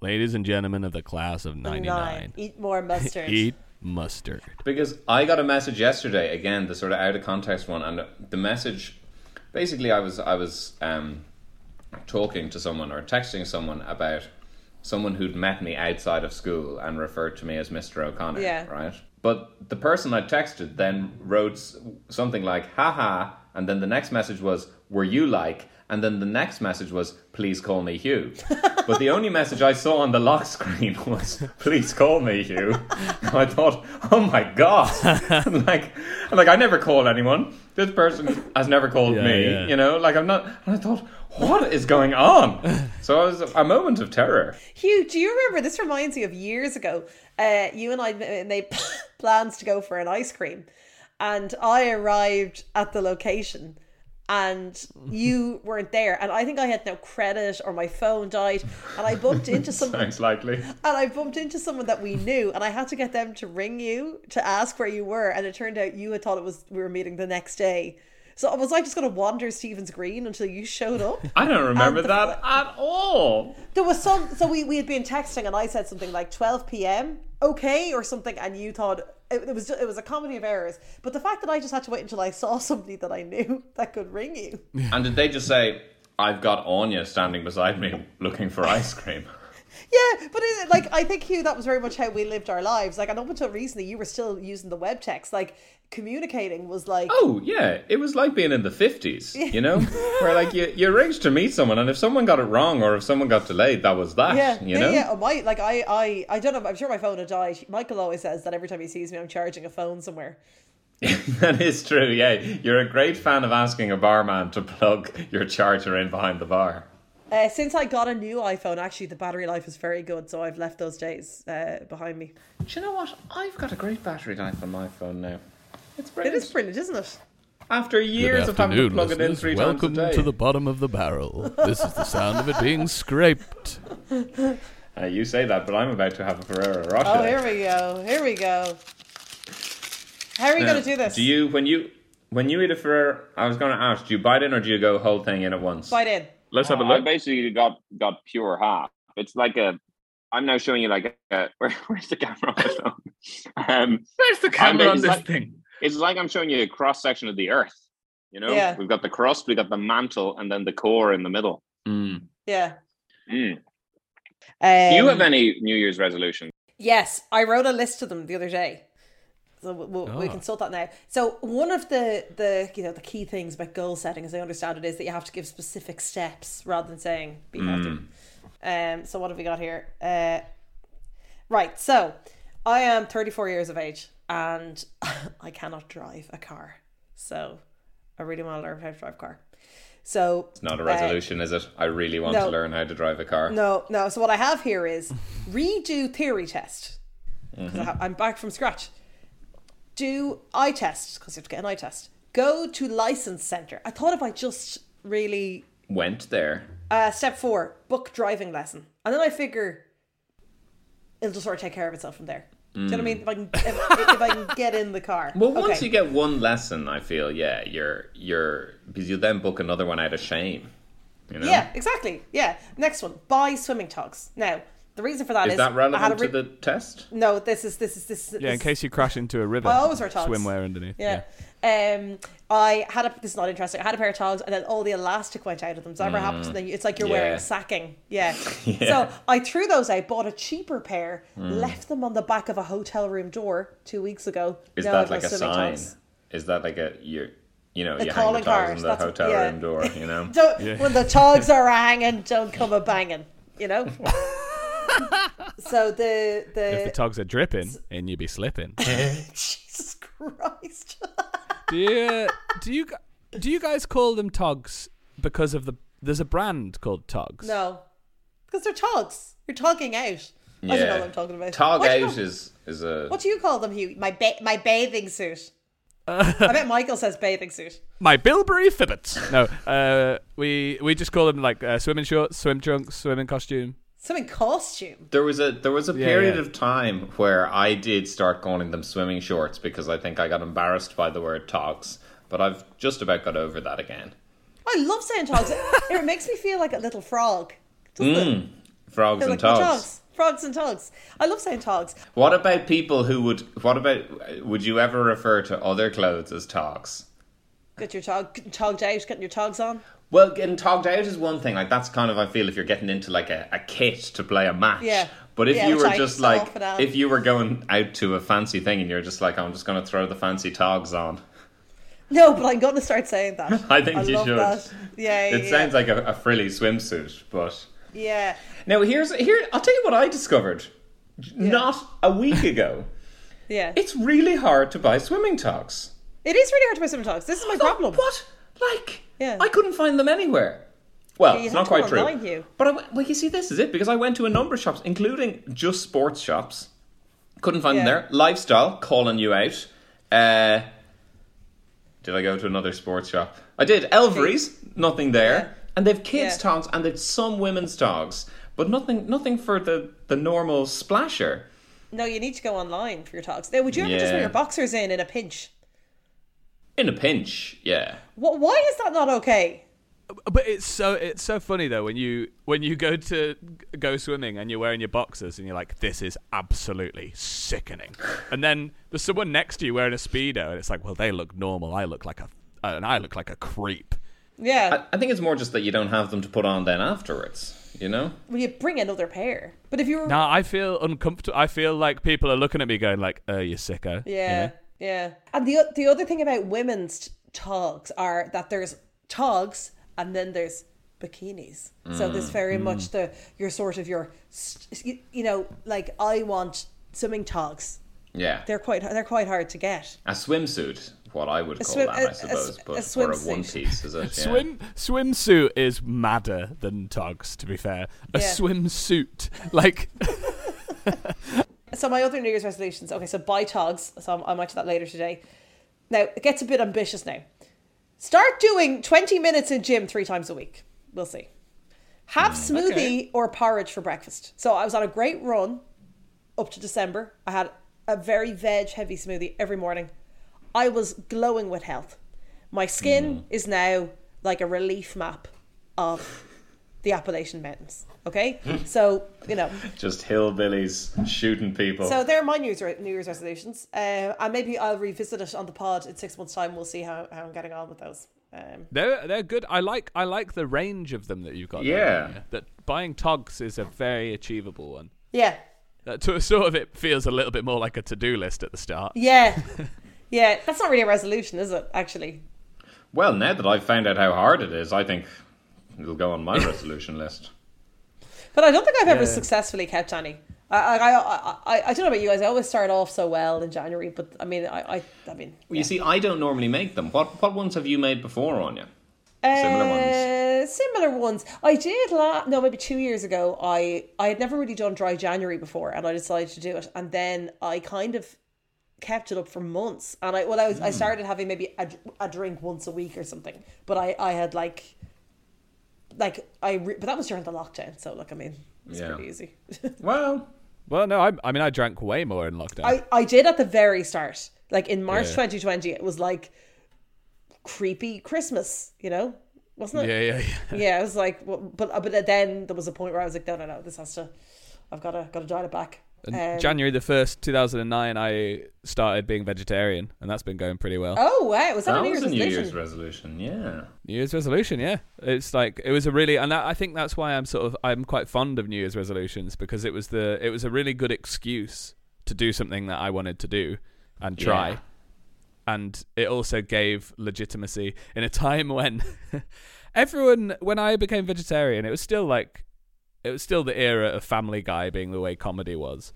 [SPEAKER 4] Ladies and gentlemen of the class of ninety nine,
[SPEAKER 3] Eat more mustard.
[SPEAKER 4] eat mustard.
[SPEAKER 2] Because I got a message yesterday, again, the sort of out of context one, and the message basically I was I was um, talking to someone or texting someone about someone who'd met me outside of school and referred to me as Mr. O'Connor.
[SPEAKER 3] Yeah.
[SPEAKER 2] Right? But the person I texted then wrote s- something like, haha, and then the next message was, were you like? And then the next message was, please call me Hugh. but the only message I saw on the lock screen was, please call me Hugh. And I thought, oh my God. I'm like, I'm like, I never call anyone. This person has never called
[SPEAKER 4] Yeah,
[SPEAKER 2] me,
[SPEAKER 4] yeah.
[SPEAKER 2] you know? Like, I'm not. And I thought, what is going on? So it was a moment of terror.
[SPEAKER 3] Hugh, do you remember? This reminds me of years ago. Uh, you and I m- made plans to go for an ice cream, and I arrived at the location, and you weren't there. And I think I had no credit or my phone died, and I bumped into someone.
[SPEAKER 2] Sounds likely.
[SPEAKER 3] And I bumped into someone that we knew, and I had to get them to ring you to ask where you were. And it turned out you had thought it was we were meeting the next day. So was I just going to wander Stephen's Green until you showed up?
[SPEAKER 2] I don't remember that at all.
[SPEAKER 3] There was some. So Oh, we, we had been texting, and I said something like 12 p.m. Okay, or something, and you thought it, it was it was a comedy of errors. But the fact that I just had to wait until I saw somebody that I knew that could ring you.
[SPEAKER 2] And did they just say, I've got Anya standing beside me looking for ice cream?
[SPEAKER 3] Yeah, but is it, like I think Hugh, that was very much how we lived our lives. Like, and up until recently, you were still using the web text. Like communicating was like
[SPEAKER 2] Oh, yeah. It was like being in the 50s, you know? Where, like, you, you arranged to meet someone, and if someone got it wrong or if someone got delayed, that was that,
[SPEAKER 3] Yeah,
[SPEAKER 2] you
[SPEAKER 3] yeah,
[SPEAKER 2] know?
[SPEAKER 3] yeah. Oh, my, like I, I, I don't know. I'm sure my phone had died. Michael always says that every time he sees me, I'm charging a phone somewhere.
[SPEAKER 2] that is true, yeah. You're a great fan of asking a barman to plug your charger in behind the bar.
[SPEAKER 3] Uh, since I got a new iPhone, actually, the battery life is very good, so I've left those days uh, behind me.
[SPEAKER 2] Do you know what? I've got a great battery life on my phone now. It's
[SPEAKER 3] It
[SPEAKER 2] brilliant.
[SPEAKER 3] is brilliant, isn't it?
[SPEAKER 2] After years
[SPEAKER 4] Good
[SPEAKER 2] of having to
[SPEAKER 4] afternoon,
[SPEAKER 2] plug it in
[SPEAKER 4] listeners.
[SPEAKER 2] three
[SPEAKER 4] Welcome
[SPEAKER 2] times a day.
[SPEAKER 4] to the bottom of the barrel. This is the sound of it being scraped.
[SPEAKER 2] Uh, you say that, but I'm about to have a Ferrero Rocher.
[SPEAKER 3] Oh, here we go. Here we go. How are you going to do this?
[SPEAKER 2] Do you when you when you eat a Ferrero? I was going to ask, do you bite in or do you go whole thing in at once?
[SPEAKER 3] bite in?
[SPEAKER 5] Let's have a look. Uh, I basically got got pure half. It's like a. I'm now showing you like a. Where, where's the camera? On my phone? um,
[SPEAKER 2] Where's the
[SPEAKER 5] camera on this
[SPEAKER 2] thing?
[SPEAKER 5] it's like I'm showing you a cross section of the Earth. You know,
[SPEAKER 3] Yeah.
[SPEAKER 5] we've got the crust, we've got the mantle, and then the core in the middle.
[SPEAKER 3] Yeah.
[SPEAKER 5] Mm.
[SPEAKER 3] Um,
[SPEAKER 5] Do you have any New Year's resolutions?
[SPEAKER 3] Yes, I wrote a list of them the other day. So we- we we
[SPEAKER 4] Ah.
[SPEAKER 3] can sort that now. So one of the the you know the key things about goal setting, as I understand it, is that you have to give specific steps rather than saying be healthy.
[SPEAKER 5] Hmm.
[SPEAKER 3] Um, so what have we got here? Uh, right. So I am 34 years of age and I cannot drive a car. So I really want to learn how to drive a car. So
[SPEAKER 2] It's not a resolution, is it? I really want
[SPEAKER 3] Uh, no.
[SPEAKER 2] to learn how to drive a car.
[SPEAKER 3] no, no. So what I have here is redo theory test. 'Cause
[SPEAKER 2] Mm-hmm.
[SPEAKER 3] I ha- I'm back from scratch. Do eye test because you have to get an eye test. Go to license center. I thought if I just really
[SPEAKER 2] Went there.
[SPEAKER 3] uh, step four book driving lesson, and then I figure it'll just sort of take care of itself from there. Do you know what I mean? If I can, if, if I can get in the car.
[SPEAKER 2] Well, once you get one lesson, I feel yeah, you're you're because you then book another one out of shame. You know,
[SPEAKER 3] yeah, exactly. Yeah. Next one: buy swimming togs. Now, the reason for that is,
[SPEAKER 2] is that
[SPEAKER 3] I had a
[SPEAKER 2] relevant
[SPEAKER 3] re-
[SPEAKER 2] to the test?
[SPEAKER 3] No, this is this is this. is-
[SPEAKER 4] Yeah, in
[SPEAKER 3] this-
[SPEAKER 4] case you crash into a river,
[SPEAKER 3] I always wear togs.
[SPEAKER 4] swimwear underneath.
[SPEAKER 3] Yeah. Um, I had a this is not interesting. I had a pair of togs, and then all the elastic went out of them. Does that ever happen? And then you, it's like you're
[SPEAKER 2] Yeah.
[SPEAKER 3] wearing sacking. Yeah. So I threw those out, bought a cheaper pair, left them on the back of a hotel room door two weeks ago.
[SPEAKER 2] Is
[SPEAKER 3] Now
[SPEAKER 2] that
[SPEAKER 3] I've got
[SPEAKER 2] like a
[SPEAKER 3] swimming
[SPEAKER 2] sign?
[SPEAKER 3] togs.
[SPEAKER 2] Is that like a you're you know,
[SPEAKER 3] The
[SPEAKER 2] you hang the
[SPEAKER 3] calling
[SPEAKER 2] dogs
[SPEAKER 3] cards,
[SPEAKER 2] on the
[SPEAKER 3] that's-
[SPEAKER 2] hotel
[SPEAKER 3] yeah.
[SPEAKER 2] room door, you know?
[SPEAKER 3] Don't, When the togs are hanging, don't come a banging. You know. so the
[SPEAKER 4] If the
[SPEAKER 3] the
[SPEAKER 4] togs are dripping, and you be slipping.
[SPEAKER 3] Jesus Christ.
[SPEAKER 4] do you do you gu- do you guys call them togs because of the there's a brand called togs?
[SPEAKER 3] no, because they're togs. You're togging out. I don't know what I'm talking about.
[SPEAKER 2] Tog
[SPEAKER 3] What do you
[SPEAKER 2] out
[SPEAKER 3] call-
[SPEAKER 2] is, is a.
[SPEAKER 3] What do you call them, Hugh? My ba- my bathing suit. I bet Michael says bathing suit.
[SPEAKER 4] My Bilberry fibbits. No, uh, we we just call them like uh, swimming shorts, swim trunks, swimming costume.
[SPEAKER 3] Some in costume.
[SPEAKER 2] There was a there was a
[SPEAKER 4] Yeah,
[SPEAKER 2] period
[SPEAKER 4] yeah.
[SPEAKER 2] of time where I did start calling them swimming shorts because I think I got embarrassed by the word togs, but I've just about got over that again.
[SPEAKER 3] I love saying togs. it, it makes me feel like a little frog. Doesn't it?
[SPEAKER 2] Frogs
[SPEAKER 3] They're like
[SPEAKER 2] and
[SPEAKER 3] my
[SPEAKER 2] togs.
[SPEAKER 3] togs. Frogs and togs. I love saying togs.
[SPEAKER 2] What about people who would? What about? Would you ever refer to other clothes as togs?
[SPEAKER 3] Get your tog togged out, getting your togs on.
[SPEAKER 2] Well, getting togged out is one thing. Like that's kind of I feel if you're getting into like a, a kit to play a match.
[SPEAKER 3] Yeah.
[SPEAKER 2] But if
[SPEAKER 3] Yeah,
[SPEAKER 2] you
[SPEAKER 3] which
[SPEAKER 2] were
[SPEAKER 3] I
[SPEAKER 2] just
[SPEAKER 3] so
[SPEAKER 2] like
[SPEAKER 3] often am.
[SPEAKER 2] if you were going out to a fancy thing and you're just like I'm just going to throw the fancy togs on.
[SPEAKER 3] No, but I'm gonna start saying that.
[SPEAKER 2] I think you
[SPEAKER 3] love
[SPEAKER 2] should.
[SPEAKER 3] That. Yeah,
[SPEAKER 2] It
[SPEAKER 3] yeah,
[SPEAKER 2] sounds like a, a frilly swimsuit, but
[SPEAKER 3] yeah.
[SPEAKER 2] now here's here. I'll tell you what I discovered. Not a week ago.
[SPEAKER 3] Yeah.
[SPEAKER 2] it's really hard to buy swimming togs.
[SPEAKER 3] It is really hard to buy swimming togs. This is my
[SPEAKER 2] Like,
[SPEAKER 3] problem.
[SPEAKER 2] What? Like,
[SPEAKER 3] Yeah.
[SPEAKER 2] I couldn't find them anywhere. Well,
[SPEAKER 3] Yeah, you
[SPEAKER 2] it's
[SPEAKER 3] have
[SPEAKER 2] not
[SPEAKER 3] to
[SPEAKER 2] quite
[SPEAKER 3] go
[SPEAKER 2] true.
[SPEAKER 3] online, Hugh.
[SPEAKER 2] But I, went- well, you see, this is it because I went to a number of shops, including just sports shops. Couldn't find them
[SPEAKER 3] Yeah.
[SPEAKER 2] there. Lifestyle calling you out. Uh, did I go to another sports shop? I did. Elvery's, nothing there. And they've kids'
[SPEAKER 3] Yeah.
[SPEAKER 2] togs and they've some women's togs, but nothing, nothing for the the normal splasher.
[SPEAKER 3] No, you need to go online for your togs. Now, would you ever just
[SPEAKER 2] Yeah.
[SPEAKER 3] wear your boxers in in a pinch?
[SPEAKER 2] In a pinch, yeah.
[SPEAKER 3] What? Why is that not okay?
[SPEAKER 4] But it's so it's so funny though when you when you go to go swimming and you're wearing your boxers and you're like this is absolutely sickening, and then there's someone next to you wearing a speedo and it's like well they look normal I look like a and I look like a creep.
[SPEAKER 3] Yeah.
[SPEAKER 2] I, I think it's more just that you don't have them to put on then afterwards. You know.
[SPEAKER 3] Well, you bring another pair. But if you were,
[SPEAKER 4] Now I feel uncomfortable. I feel like people are looking at me going like, "Oh, you sicko." you
[SPEAKER 3] yeah,
[SPEAKER 4] know?
[SPEAKER 3] yeah. And the o- the other thing about women's t- togs are that there's togs and then there's bikinis. So there's very much the you're sort of your, st- you, you know, like I want swimming togs.
[SPEAKER 2] Yeah.
[SPEAKER 3] They're quite they're quite hard to get.
[SPEAKER 2] A swimsuit, what I would call
[SPEAKER 3] swim-
[SPEAKER 2] that,
[SPEAKER 3] a-
[SPEAKER 2] I
[SPEAKER 3] a-
[SPEAKER 2] suppose,
[SPEAKER 3] a
[SPEAKER 2] but or a
[SPEAKER 3] swimsuit.
[SPEAKER 2] one piece, is it? Yeah.
[SPEAKER 4] Swim swimsuit is madder than togs. To be fair, a
[SPEAKER 3] Yeah.
[SPEAKER 4] swimsuit like
[SPEAKER 3] So my other New Year's resolutions. Okay, so buy togs. So I'm- I might do that later today. Now it gets a bit ambitious now. Start doing 20 minutes in gym three times a week. We'll see. Have smoothie
[SPEAKER 2] Okay.
[SPEAKER 3] or porridge for breakfast. So I was on a great run up to December. I had a very veg heavy smoothie every morning. I was glowing with health. My skin is now like a relief map of the Appalachian Mountains. Okay? so, you know,
[SPEAKER 2] Just hillbillies shooting people.
[SPEAKER 3] so they're my New Year's, New Year's resolutions, uh, and maybe I'll revisit it on the pod in six months' time. We'll see how, how I'm getting on with those. Um,
[SPEAKER 4] they're they're good. I like I like the range of them that you've got. there,
[SPEAKER 2] Yeah.
[SPEAKER 4] Anya. that buying togs is a very achievable one.
[SPEAKER 3] yeah,
[SPEAKER 4] Uh, to sort of it feels a little bit more like a to do list at the start.
[SPEAKER 3] yeah, yeah. That's not really a resolution, is it? Actually,
[SPEAKER 2] well, now that I've found out how hard it is, I think it'll go on my resolution list.
[SPEAKER 3] but I don't think I've ever successfully kept any. I, I, I, I, I don't know about you guys. I always start off so well in January, but I mean, I, I, I mean,
[SPEAKER 2] Well, you see, I don't normally make them. What what ones have you made before, Anya? Similar ones.
[SPEAKER 3] Uh, similar ones. I did la- no, maybe two years ago. I I had never really done dry January before, and I decided to do it. And then I kind of kept it up for months. And I well, I was I started having maybe a, a drink once a week or something. But I I had like like I re- but that was during the lockdown. So like I mean, it's
[SPEAKER 2] Yeah.
[SPEAKER 3] pretty easy.
[SPEAKER 2] Well,
[SPEAKER 4] Well, no, I, I mean I drank way more in lockdown.
[SPEAKER 3] I I did at the very start, like in March 2020. It was like creepy Christmas, you know, wasn't it?
[SPEAKER 4] yeah, yeah, yeah.
[SPEAKER 3] yeah, I was like, well, but uh, but then there was a point where I was like, no, no, no, this has to, I've got to, got to dial it back. Um,
[SPEAKER 4] January the first, two thousand and nine, I started being vegetarian, and that's been going pretty well.
[SPEAKER 3] oh wow, was that,
[SPEAKER 2] that
[SPEAKER 3] a New
[SPEAKER 2] was
[SPEAKER 3] Year's
[SPEAKER 2] a New
[SPEAKER 3] resolution?
[SPEAKER 2] Year's resolution. Yeah.
[SPEAKER 4] New Year's resolution, yeah. It's like it was a really, and I I think that's why I'm sort of I'm quite fond of New Year's resolutions because it was the it was a really good excuse to do something that I wanted to do and try.
[SPEAKER 2] Yeah.
[SPEAKER 4] and it also gave legitimacy in a time when everyone when I became vegetarian, it was still like it was still the era of Family Guy being the way comedy was.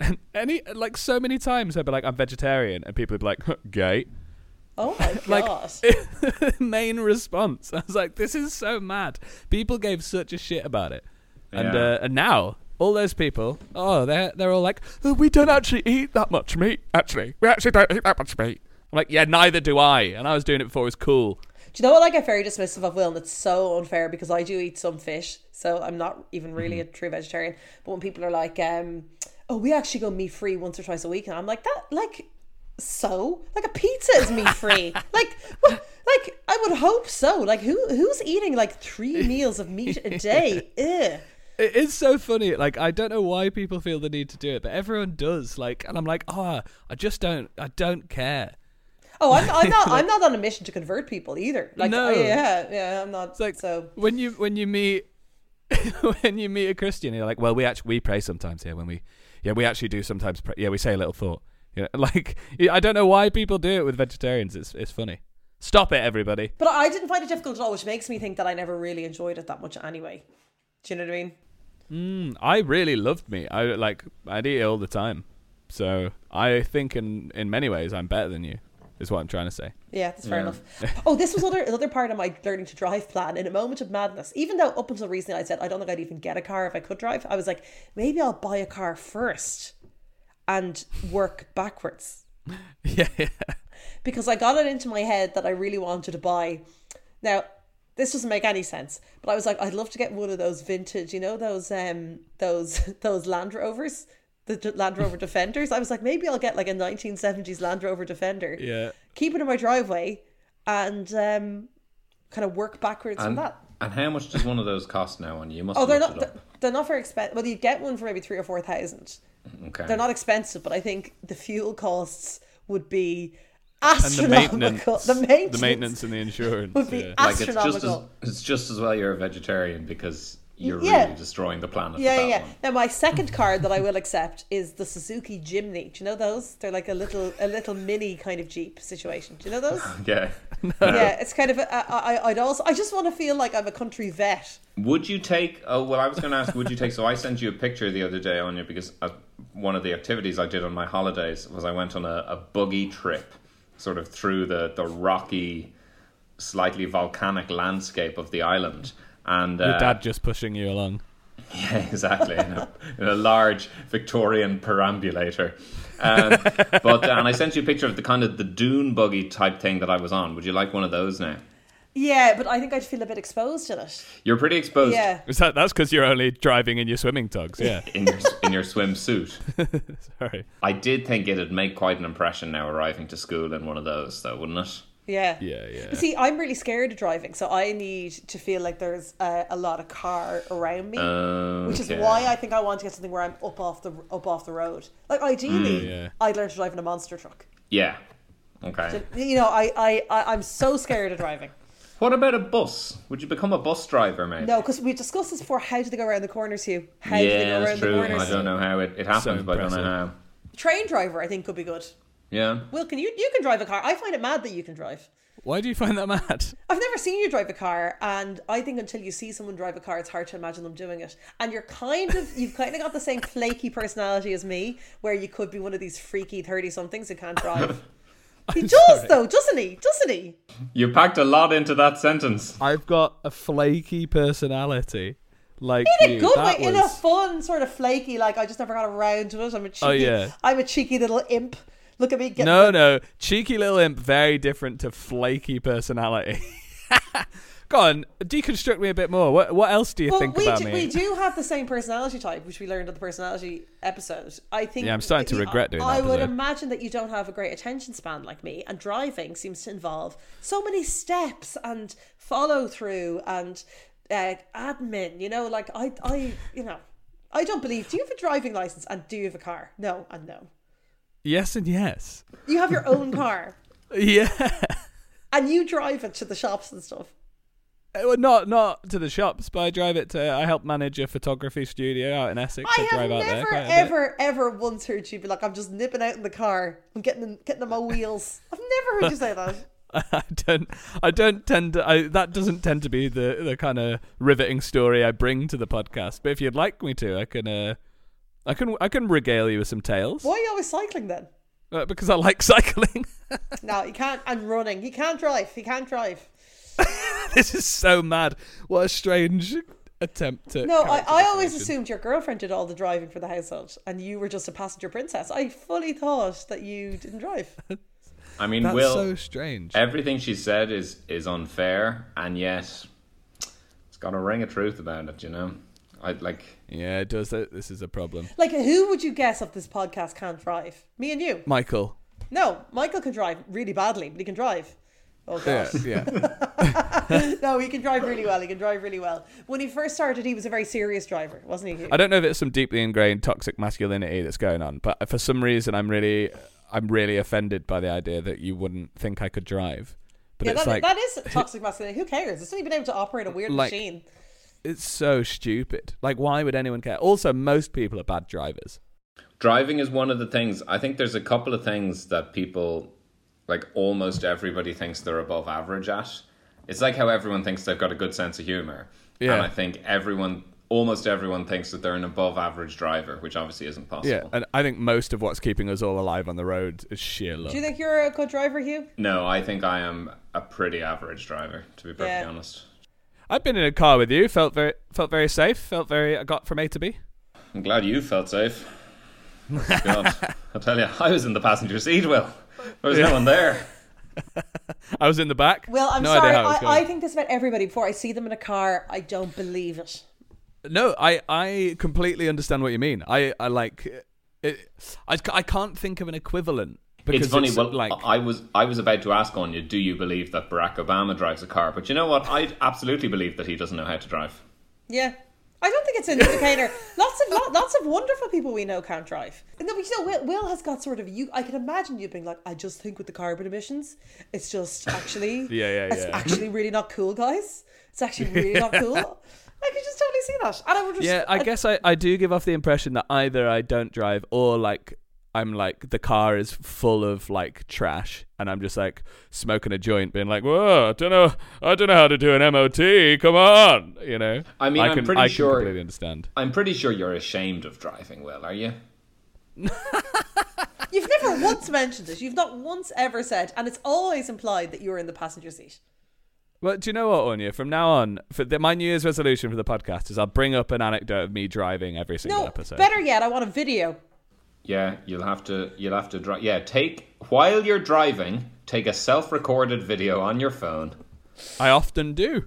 [SPEAKER 4] And any like so many times I'd be like, I'm vegetarian and people would be like, "Huh, gay.
[SPEAKER 3] Oh my
[SPEAKER 4] Like
[SPEAKER 3] god.
[SPEAKER 4] main response. I was like, this is so mad. People gave such a shit about it. And
[SPEAKER 2] Yeah.
[SPEAKER 4] uh, and now all those people, oh, they're they're all like, "Oh, we don't actually eat that much meat. Actually, we actually don't eat that much meat. I'm like, yeah, neither do I. And I was doing it before it was cool.
[SPEAKER 3] Do you know what I get very dismissive of Will, and it's so unfair because I do eat some fish, so I'm not even really a true vegetarian. But when people are like, um, "Oh, we actually go meat free once or twice a week," and I'm like, "That like so like a pizza is meat free? like what? Like I would hope so. Like who who's eating like three meals of meat a day? Ugh.
[SPEAKER 4] It is so funny. Like I don't know why people feel the need to do it, but everyone does. Like, and I'm like, oh, I just don't. I don't care.
[SPEAKER 3] Oh, I'm, I'm not I'm not on a mission to convert people either. Like
[SPEAKER 4] No.
[SPEAKER 3] I- yeah yeah I'm not
[SPEAKER 4] It's like
[SPEAKER 3] so.
[SPEAKER 4] when you when you meet when you meet a Christian, you're like, well, we actually we pray sometimes here when we yeah we actually do sometimes pray. yeah we say a little thought. You know, like yeah, I don't know why people do it with vegetarians. It's it's funny. Stop it, everybody.
[SPEAKER 3] But I didn't find it difficult at all, which makes me think that I never really enjoyed it that much anyway. Do you know what I mean?
[SPEAKER 4] Hmm, I really loved meat. I like I'd eat it all the time. So I think in in many ways I'm better than you. Is what I'm trying to say.
[SPEAKER 3] Yeah, that's fair enough. Oh, this was other another part of my learning to drive plan. In a moment of madness, even though up until recently I said I don't think I'd even get a car if I could drive, I was like, maybe I'll buy a car first and work backwards
[SPEAKER 4] Yeah,
[SPEAKER 3] because I got it into my head that I really wanted to buy. Now, this doesn't make any sense, but I was like, I'd love to get one of those vintage, you know, those um those those Land Rovers, the D- Land Rover Defenders. I was like, maybe I'll get like a 1970s Land Rover Defender
[SPEAKER 4] yeah.
[SPEAKER 3] keep it in my driveway and um, kind of work backwards from
[SPEAKER 2] And,
[SPEAKER 3] that.
[SPEAKER 2] and how much does one of those cost now? And you must.
[SPEAKER 3] Oh,
[SPEAKER 2] have
[SPEAKER 3] they're
[SPEAKER 2] looked
[SPEAKER 3] not
[SPEAKER 2] it up.
[SPEAKER 3] they're not very expensive. Well, you get one for maybe three or four thousand.
[SPEAKER 2] Okay.
[SPEAKER 3] They're not expensive, but I think the fuel costs would be
[SPEAKER 4] And the
[SPEAKER 3] astronomical.
[SPEAKER 4] maintenance,
[SPEAKER 3] the maintenance,
[SPEAKER 4] the maintenance, and the insurance.
[SPEAKER 3] would be
[SPEAKER 4] yeah.
[SPEAKER 2] Like it's just as
[SPEAKER 3] astronomical.
[SPEAKER 2] it's just as well you're a vegetarian because you're
[SPEAKER 3] Yeah.
[SPEAKER 2] really destroying the planet.
[SPEAKER 3] yeah,
[SPEAKER 2] with
[SPEAKER 3] yeah.
[SPEAKER 2] that
[SPEAKER 3] yeah.
[SPEAKER 2] One.
[SPEAKER 3] Now my second card that I will accept is the Suzuki Jimny. Do you know those? They're like a little, a little mini kind of Jeep situation. Do you know those?
[SPEAKER 2] Yeah.
[SPEAKER 3] Yeah, it's kind of. a- I, I, I'd also. I just want to feel like I'm a country vet.
[SPEAKER 2] Would you take? Oh, well, I was going to ask. Would you take? So I sent you a picture the other day on you because uh one of the activities I did on my holidays was I went on a, a buggy trip, sort of through the the rocky, slightly volcanic landscape of the island. And uh,
[SPEAKER 4] Your dad just pushing you along.
[SPEAKER 2] Yeah, exactly. In a, in a large Victorian perambulator. Um, but and I sent you a picture of the kind of the dune buggy type thing that I was on. Would you like one of those now?
[SPEAKER 3] Yeah, but I think I'd feel a bit exposed in it.
[SPEAKER 2] You're pretty exposed
[SPEAKER 3] Yeah.
[SPEAKER 4] Is that that's because you're only driving in your swimming togs? Yeah.
[SPEAKER 2] in your in your swimsuit.
[SPEAKER 4] Sorry.
[SPEAKER 2] I did think it'd make quite an impression now arriving to school in one of those, though, wouldn't it?
[SPEAKER 3] Yeah.
[SPEAKER 4] Yeah, yeah.
[SPEAKER 3] But see, I'm really scared of driving, so I need to feel like there's a, a lot of car around me, which is
[SPEAKER 2] Okay.
[SPEAKER 3] why I think I want to get something where I'm up off the up off the road. Like ideally,
[SPEAKER 4] yeah.
[SPEAKER 3] I'd learn to drive in a monster truck.
[SPEAKER 2] Yeah. Okay.
[SPEAKER 3] You know, I I, I I'm so scared of driving.
[SPEAKER 2] What about a bus? Would you become a bus driver, mate?
[SPEAKER 3] No, because we discussed this before. How do they go around the corners, Hugh? How do they
[SPEAKER 2] Yeah,
[SPEAKER 3] go around
[SPEAKER 2] that's true.
[SPEAKER 3] the
[SPEAKER 2] I
[SPEAKER 3] corners?
[SPEAKER 2] don't know how it, it happens, but I don't know
[SPEAKER 4] impressive.
[SPEAKER 2] how.
[SPEAKER 3] Train driver, I think, could be good.
[SPEAKER 2] Yeah.
[SPEAKER 3] Will, can you you can drive a car? I find it mad that you can drive.
[SPEAKER 4] Why do you find that mad?
[SPEAKER 3] I've never seen you drive a car, and I think until you see someone drive a car, it's hard to imagine them doing it. And you're kind of, you've kind of got the same flaky personality as me, where you could be one of these freaky thirty somethings who can't drive. he does though, doesn't he? Doesn't he?
[SPEAKER 2] You packed a lot into that sentence.
[SPEAKER 4] I've got a flaky personality. Like
[SPEAKER 3] In a
[SPEAKER 4] you.
[SPEAKER 3] good
[SPEAKER 4] that
[SPEAKER 3] way, in a
[SPEAKER 4] was-
[SPEAKER 3] fun sort of flaky, like I just never got around to it. I'm a cheeky,
[SPEAKER 4] Oh, yeah.
[SPEAKER 3] I'm a cheeky little imp. Look at me get
[SPEAKER 4] No, no. Cheeky little imp, very different to flaky personality. Go on, deconstruct me a bit more. What what else do you
[SPEAKER 3] Well,
[SPEAKER 4] think
[SPEAKER 3] we
[SPEAKER 4] about
[SPEAKER 3] do,
[SPEAKER 4] me?
[SPEAKER 3] we do have the same personality type, which we learned at the personality episode. I think.
[SPEAKER 4] Yeah, I'm starting to
[SPEAKER 3] I-
[SPEAKER 4] regret doing that
[SPEAKER 3] I would
[SPEAKER 4] episode.
[SPEAKER 3] imagine that you don't have a great attention span like me, and driving seems to involve so many steps and follow through and uh, admin. You know, like I, I, you know, I don't believe. Do you have a driving license and do you have a car? No, and no.
[SPEAKER 4] Yes and yes.
[SPEAKER 3] You have your own car
[SPEAKER 4] Yeah.
[SPEAKER 3] and you drive it to the shops and stuff.
[SPEAKER 4] Uh, Well, not not to the shops, but I drive it to. I help manage a photography studio out in Essex.
[SPEAKER 3] I have
[SPEAKER 4] drive out there
[SPEAKER 3] never,
[SPEAKER 4] quite a bit.
[SPEAKER 3] ever, ever once heard you be like, "I'm just nipping out in the car. I'm getting in, getting on my wheels." I've never heard you say that.
[SPEAKER 4] I don't. I don't tend to. I, that doesn't tend to be the the kind of riveting story I bring to the podcast. But if you'd like me to, I can. Uh, I can. I can regale you with some tales.
[SPEAKER 3] Why are you always cycling then?
[SPEAKER 4] Uh, because I like cycling.
[SPEAKER 3] No, you can't. And running, he can't drive. He can't drive.
[SPEAKER 4] this is so mad. What a strange attempt to.
[SPEAKER 3] No, I, I always assumed your girlfriend did all the driving for the household, and you were just a passenger princess. I fully thought that you didn't drive.
[SPEAKER 2] I mean,
[SPEAKER 4] That's
[SPEAKER 2] Will,
[SPEAKER 4] so strange.
[SPEAKER 2] everything she said is is unfair, and yet it's got a ring of truth about it. You know, I like.
[SPEAKER 4] yeah, it does. that- This is a problem.
[SPEAKER 3] Like, who would you guess of this podcast can't drive? Me and you.
[SPEAKER 4] Michael.
[SPEAKER 3] No, Michael can drive really badly, but he can drive. Oh
[SPEAKER 4] Yeah,
[SPEAKER 3] gosh.
[SPEAKER 4] yeah.
[SPEAKER 3] no, he can drive really well. He can drive really well. When he first started, he was a very serious driver, wasn't he? Hugh?
[SPEAKER 4] I don't know if it's some deeply ingrained toxic masculinity that's going on, but for some reason, I'm really, I'm really offended by the idea that you wouldn't think I could drive. But
[SPEAKER 3] yeah,
[SPEAKER 4] it's
[SPEAKER 3] that,
[SPEAKER 4] like
[SPEAKER 3] that is toxic masculinity. Who cares? It's only been able to operate a weird
[SPEAKER 4] Like-
[SPEAKER 3] machine.
[SPEAKER 4] it's so stupid. Like, why would anyone care? Also, most people are bad drivers.
[SPEAKER 2] Driving is one of the things. I think there's a couple of things that people, like almost everybody, thinks they're above average at. It's like how everyone thinks they've got a good sense of humor.
[SPEAKER 4] Yeah.
[SPEAKER 2] And I think everyone, almost everyone, thinks that they're an above average driver, which obviously isn't possible.
[SPEAKER 4] Yeah, and I think most of what's keeping us all alive on the road is sheer luck.
[SPEAKER 3] Do you think you're a good driver, Hugh?
[SPEAKER 2] No, I think I am a pretty average driver, to be perfectly
[SPEAKER 3] Yeah.
[SPEAKER 2] honest.
[SPEAKER 4] I've been in a car with you. Felt very, felt very safe. Felt very. I got from A to B.
[SPEAKER 2] I'm glad you felt safe. God, I tell you, I was in the passenger seat, Will. There was no one there.
[SPEAKER 4] I was in the back.
[SPEAKER 3] Well, I'm
[SPEAKER 4] no idea
[SPEAKER 3] sorry.
[SPEAKER 4] how it was
[SPEAKER 3] I,
[SPEAKER 4] going.
[SPEAKER 3] I think this about everybody. Before I see them in a car, I don't believe it.
[SPEAKER 4] No, I I completely understand what you mean. I I like it, I I can't think of an equivalent because
[SPEAKER 2] it's funny. well,
[SPEAKER 4] like
[SPEAKER 2] I was I was about to ask on you, do you believe that Barack Obama drives a car? But you know what? I absolutely believe that he doesn't know how to drive.
[SPEAKER 3] Yeah. I don't think it's an indicator. lots of lo- lots of wonderful people we know can't drive. And then, but you know, Will, Will has got sort of you. I can imagine you being like, I just think with the carbon emissions, it's just actually,
[SPEAKER 4] Yeah, yeah,
[SPEAKER 3] it's
[SPEAKER 4] yeah.
[SPEAKER 3] actually really not cool, guys. It's actually really not cool. I could just totally see that, and I would. Just,
[SPEAKER 4] yeah, I guess I I do give off the impression that either I don't drive or like I'm like the car is full of like trash and I'm just like smoking a joint being like, "Whoa, I don't know I don't know how to do an MOT. Come on." You know.
[SPEAKER 2] I mean,
[SPEAKER 4] I
[SPEAKER 2] I'm
[SPEAKER 4] can
[SPEAKER 2] pretty
[SPEAKER 4] I
[SPEAKER 2] sure-
[SPEAKER 4] can completely understand.
[SPEAKER 2] I'm pretty sure you're ashamed of driving, Will, are you?
[SPEAKER 3] You've never once mentioned it. You've not once ever said, and it's always implied that you were in the passenger seat.
[SPEAKER 4] Well, do you know what, Anya? From now on, for the, my New Year's resolution for the podcast is I'll bring up an anecdote of me driving every single
[SPEAKER 3] No,
[SPEAKER 4] episode.
[SPEAKER 3] better yet, I want a video.
[SPEAKER 2] Yeah, you'll have to you'll have to drive. Yeah, take while you're driving, take a self-recorded video on your phone.
[SPEAKER 4] I often do.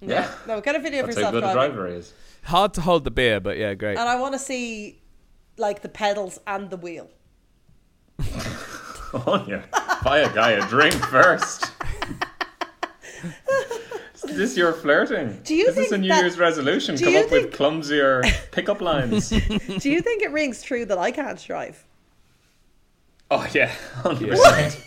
[SPEAKER 2] Yeah,
[SPEAKER 3] No, Oh, get a video of
[SPEAKER 2] that's how
[SPEAKER 3] yourself
[SPEAKER 2] good a
[SPEAKER 3] driving.
[SPEAKER 2] driver is.
[SPEAKER 4] Hard to hold the beer, but yeah, great.
[SPEAKER 3] And I want to see, like, the pedals and the wheel.
[SPEAKER 2] on you. Buy a guy a drink first. Is this your flirting?
[SPEAKER 3] Do you
[SPEAKER 2] Is this
[SPEAKER 3] think
[SPEAKER 2] a New
[SPEAKER 3] that-
[SPEAKER 2] Year's resolution?
[SPEAKER 3] do
[SPEAKER 2] Come
[SPEAKER 3] you
[SPEAKER 2] up
[SPEAKER 3] think-
[SPEAKER 2] with clumsier pickup lines.
[SPEAKER 3] Do you think it rings true that I can't drive?
[SPEAKER 2] oh yeah, 100%.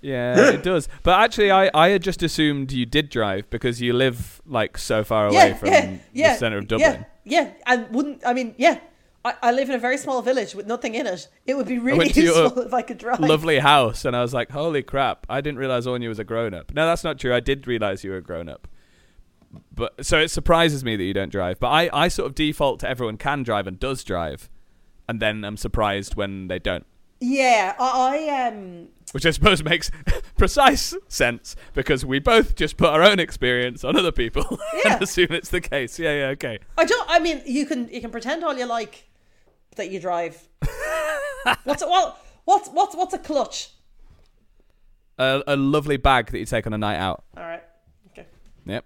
[SPEAKER 4] Yeah, it does. But actually, I, I had just assumed you did drive because you live like so far away
[SPEAKER 3] yeah,
[SPEAKER 4] from
[SPEAKER 3] yeah, yeah,
[SPEAKER 4] the center of
[SPEAKER 3] Yeah,
[SPEAKER 4] Dublin.
[SPEAKER 3] yeah. I wouldn't. I mean, yeah. I, I live in a very small village with nothing in it. It would be really
[SPEAKER 4] went to your
[SPEAKER 3] useful if I could drive.
[SPEAKER 4] Lovely house, and I was like, "Holy crap!" I didn't realize Anya was a grown up. No, that's not true. I did realize you were a grown up, but so it surprises me that you don't drive. But I, I sort of default to everyone can drive and does drive, and then I'm surprised when they don't.
[SPEAKER 3] Yeah, I, I um.
[SPEAKER 4] which I suppose makes precise sense because we both just put our own experience on other people
[SPEAKER 3] Yeah.
[SPEAKER 4] and assume it's the case. Yeah, yeah, okay.
[SPEAKER 3] I don't. I mean, you can you can pretend all you like that you drive. what's a, what what's what's what's a clutch?
[SPEAKER 4] A, a lovely bag that you take on a night out.
[SPEAKER 3] All right. Okay.
[SPEAKER 4] Yep,